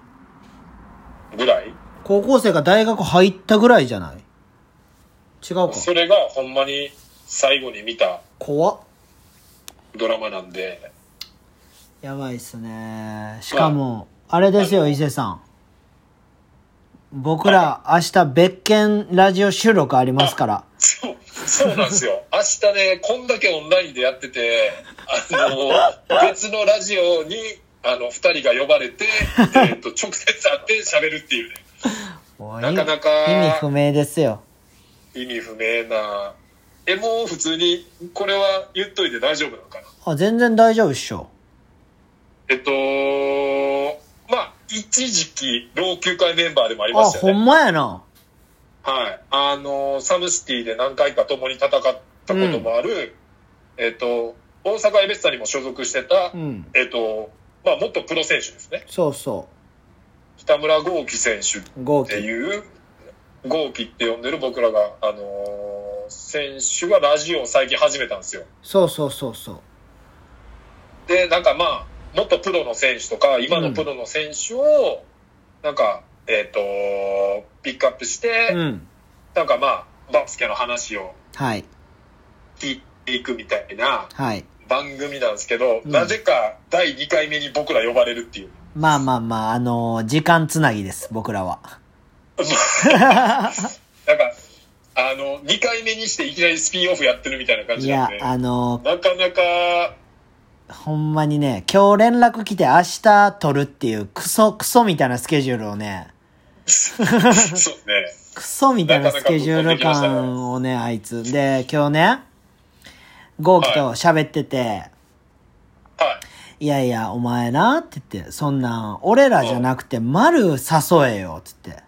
S2: ぐらい
S1: 高校生が大学入ったぐらいじゃない違うか
S2: それがほんまに最後に見た
S1: 怖っ
S2: ドラマなんで
S1: やばいっすねしかもあれですよ伊勢さん僕ら明日別件ラジオ収録ありますから
S2: そうそうなんで すよ明日ねこんだけオンラインでやっててあの別のラジオにあの2人が呼ば れて、えっと直接会って喋るっていうね
S1: もう
S2: なかなか
S1: 意味不明ですよ
S2: 意味不明な。え、もう普通に、これは言っといて大丈夫なのかな
S1: あ全然大丈夫っしょ
S2: えっと、まあ、一時期、老朽化メンバーでもあり
S1: あ
S2: ました
S1: ほ
S2: よね。
S1: んまやな
S2: はい。あの、サムシティで何回か共に戦ったこともある、えっと、大阪エベッサにも所属してた、
S1: うん
S2: えっと、まあ、元プロ選手ですね。
S1: そうそ
S2: 北村豪輝選手
S1: う豪
S2: って
S1: 輝
S2: いう、豪輝って呼んでる僕らが、あの選手がラジオを最近始めたんですよ。
S1: そうそうそうそう
S2: で、なんかまあ、元プロの選手とか、今のプロの選手を、なんか、えっ、と、ピックアップして、
S1: うん
S2: なんかまあ、バスケの話を
S1: はい
S2: 聞いていくみたいな
S1: はい
S2: 番組なんですけど、
S1: うん
S2: なぜか第2回目に僕ら呼ばれるっていう。
S1: まあまあまああのー時間つなぎです僕らは
S2: なんか、あの、2回目にしていきなりスピンオフやってるみたいな感
S1: い
S2: じな
S1: や
S2: んで、な
S1: あのー
S2: か なか、
S1: ほんまにね、今日連絡来て明日撮るっていうクソクソみたいなスケジュールをね、
S2: そうね。
S1: クソみたいなスケジュール感をね、あいつ。で、今日ね、ゴーキと喋ってて、、
S2: はい
S1: やいや、お前な、って言って、そんなん、俺らじゃなくて、丸誘えよ、って言って。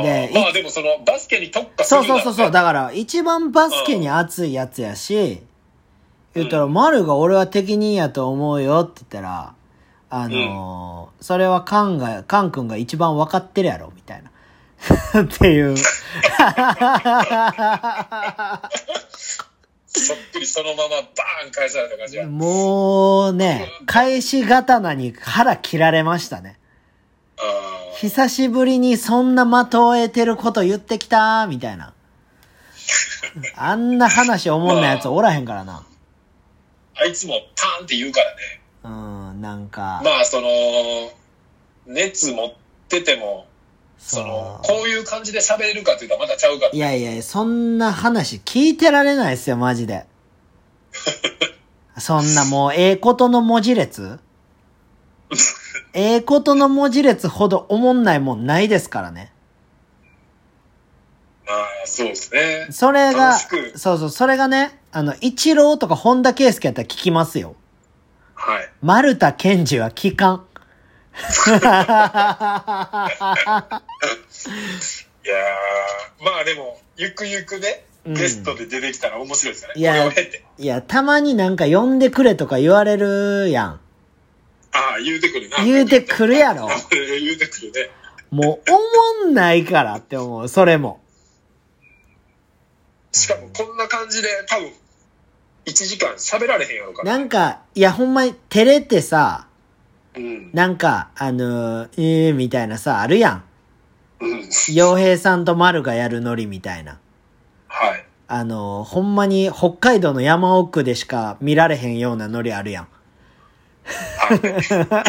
S2: い。
S1: で
S2: ああ、まあでもその、バスケに特化する
S1: そ
S2: な
S1: う
S2: ら
S1: そうそうそう、
S2: ね
S1: だから、一番バスケに熱いやつやし、言ったら、丸が俺は適任やと思うよって言ったら、あのーそれはカンが、カン君が一番分かってるやろ、みたいな。 っていう。
S2: そっくりそのままバーン返された感じや。
S1: もうね、返し刀に腹切られましたね。
S2: あー
S1: 久しぶりにそんな的を得てること言ってきたみたいな。あんな話おもんなやつおらへんからな。
S2: あいつもパーンって言うからね。
S1: うん、なんか。
S2: まあ、その、熱持ってても、その、こういう感じで喋れるかっていうとまだちゃうかっ
S1: いやいや、そんな話聞いてられないっすよ、マジ で。そんなもう、ええことの文字列ええことの文字列ほどおもんないもんないですからね。
S2: まあ、そうですね。
S1: それが、
S2: 楽しく
S1: そうそう、それがね、あの、一郎とか本田圭佑やったら聞きますよ。
S2: はい。
S1: 丸田健二は聞かん。
S2: いやー、まあでも、ゆくゆくね、
S1: うん
S2: ゲストで出てきたら面白いですよね。
S1: いや
S2: これを経て。
S1: いや、たまになんか呼んでくれとか言われるやん。
S2: ああ、言うてくるな。
S1: 言うてくるやろ
S2: あ 言うてくるね。
S1: もう、おもんないからって思う、それも。
S2: しかも、こんな感じで、多分、1時間喋られへんやろうから。
S1: なんか、いや、ほんまに、照れてさ、
S2: うん。
S1: なんか、あのー、えー、みたいなさ、あるや
S2: うん。
S1: ん。洋平さんと丸がやるノリみたいな。
S2: はい。
S1: あのー、ほんまに、北海道の山奥でしか見られへんようなノリあるやん。
S2: は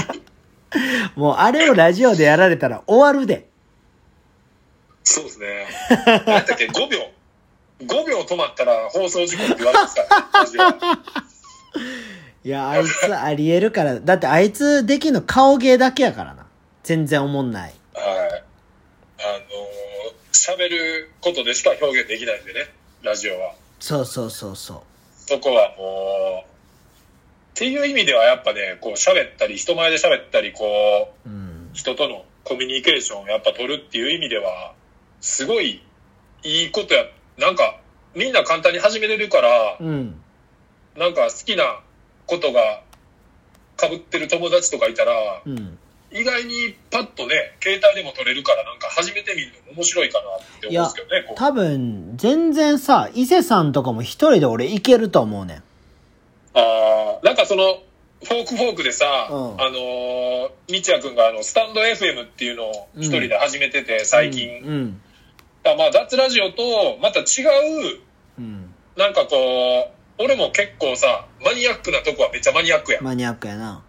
S2: い。
S1: もう、あれをラジオでやられたら終わるで。
S2: そうですね。なんだっけ、5秒。5秒止まったら放送事故って言われますから、ね、ラジオ
S1: いや、あいつありえるから、だってあいつできんの顔芸だけやからな。全然おもんない。
S2: はい。あのー喋ることでしか表現できないんでね、ラジオは。
S1: そうそうそうそ
S2: そこはもう、っていう意味ではやっぱね、こう喋ったり、人前で喋ったり、こ
S1: う。うん
S2: う、。人とのコミュニケーションをやっぱ取るっていう意味では、すごいいいことや、なんか、みんな簡単に始めれるから、
S1: うん。
S2: なんか好きなことが被ってる友達とかいたら、
S1: うん。
S2: 意外にパッとね、携帯でも撮れるからなんか始めてみるの面白いかなって思うんですけどね、こう
S1: 多分、全然さ、伊勢さんとかも一人で俺いけると思うねん。
S2: あーなんかその、フォークフォークでさ、
S1: うん
S2: あのー、みちやくんがあの、スタンド FM っていうのを一人で始めてて、最近。
S1: うん。
S2: だからまあ、脱ラジオと、また違う、
S1: うん。うん
S2: なんかこう、俺も結構さ、マニアックなとこはめっちゃマニアックやん。
S1: マニアックやな。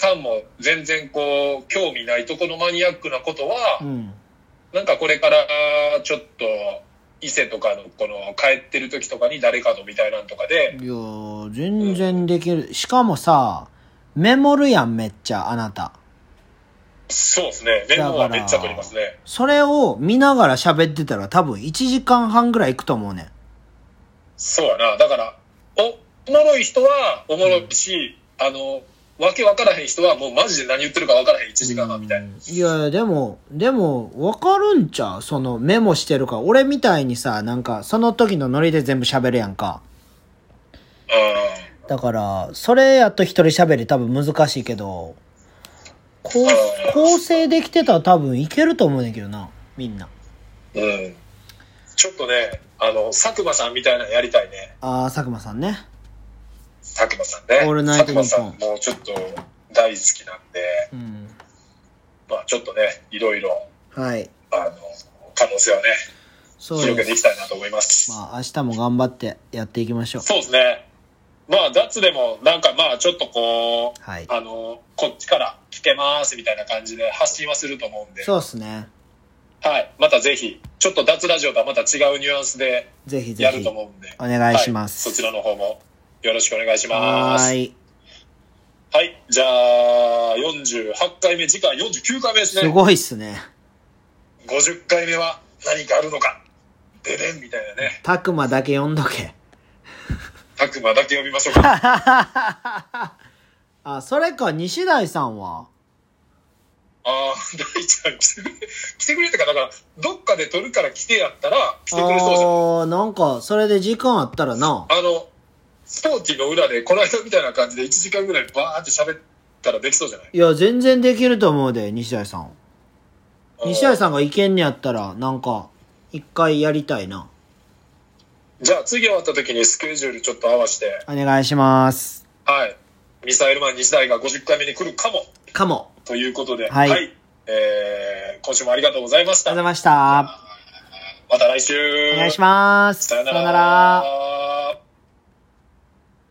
S2: カンも全然こう、興味ないとこのマニアックなことは、
S1: うん。
S2: なんかこれからちょっと伊勢とかのこの帰ってる時とかに誰かのみたいなんとかで、
S1: いやー全然できる。しかもさ、メモるやん、めっちゃ、あなた。
S2: そうですね、メモはめっちゃ取りますね。
S1: それを見ながら喋ってたら多分1時間半ぐらいいくと思うねん。
S2: そうやな。だから、お、おもろい人はおもろいし、あの、わけわからへん人はもうマジで何言ってるかわからへん1時間半みたいな。
S1: いやいやでもでも分かるんちゃうそのメモしてるから俺みたいにさなんかその時のノリで全部喋るやんか
S2: う。
S1: だからそれやと一人喋り多分難しいけど構構成できてたら多分いけると思うねんけどなみんなん
S2: うん。ちょっとね、あの、佐久間さんみたいなのやりたいね。
S1: ああ佐久間さんね
S2: 佐久間さんね。
S1: オールナイト
S2: 佐久間さん
S1: ニッ
S2: もうちょっと大好きなんで、
S1: うん
S2: まあちょっとね、いろいろ、
S1: はい
S2: あの、可能性はね、
S1: そう
S2: 広げ
S1: で
S2: てい
S1: す
S2: きたいなと思います。
S1: まあ明日も頑張ってやっていきましょう
S2: そうですね。まあ、脱でも、なんかまあ、ちょっとこう、
S1: はい
S2: あの、こっちから来てますみたいな感じで発信はすると思うんで、
S1: そうっすね
S2: はい。またぜひ、ちょっと脱ラジオとはまた違うニュアンスで
S1: ぜひぜ
S2: やる
S1: ひ
S2: と思うんで、
S1: お願いします
S2: はいそちらの方もよろしくお願いしま
S1: は
S2: す。
S1: ー
S2: はい
S1: い
S2: じゃあ、48回目、次回49回目です
S1: す
S2: ね。
S1: ごいっすね
S2: 50回目は何かあるのか、ででんみたいなね、
S1: たくまだけ読んどけ
S2: たくまだけ呼びましょうか。
S1: あ、それか、西大さんは
S2: ああ、 大ちゃん来てくれ、来てくれってか、だから、どっかで撮るから来てやったら、来てくれそうじゃん。
S1: あーなんか、それで時間あったらな。
S2: あの、スポーティーの裏で、この間みたいな感じで1時間ぐらいバーって喋ったらできそうじゃない
S1: いや、全然できると思うで、西谷さん。西谷さんがいけんねやったら、なんか、一回やりたいな。
S2: じゃあ次終わった時にスケジュールちょっと合わせて、
S1: お願いします。
S2: はい。ミサイルマン西大が50回目に来るかも
S1: かも。
S2: ということで、
S1: はい
S2: えー今週もありがとうございまし
S1: ありがとうご
S2: た。
S1: ざい
S2: ま
S1: ました。
S2: た来週。
S1: お願いします。
S2: さよなら。
S1: さよなら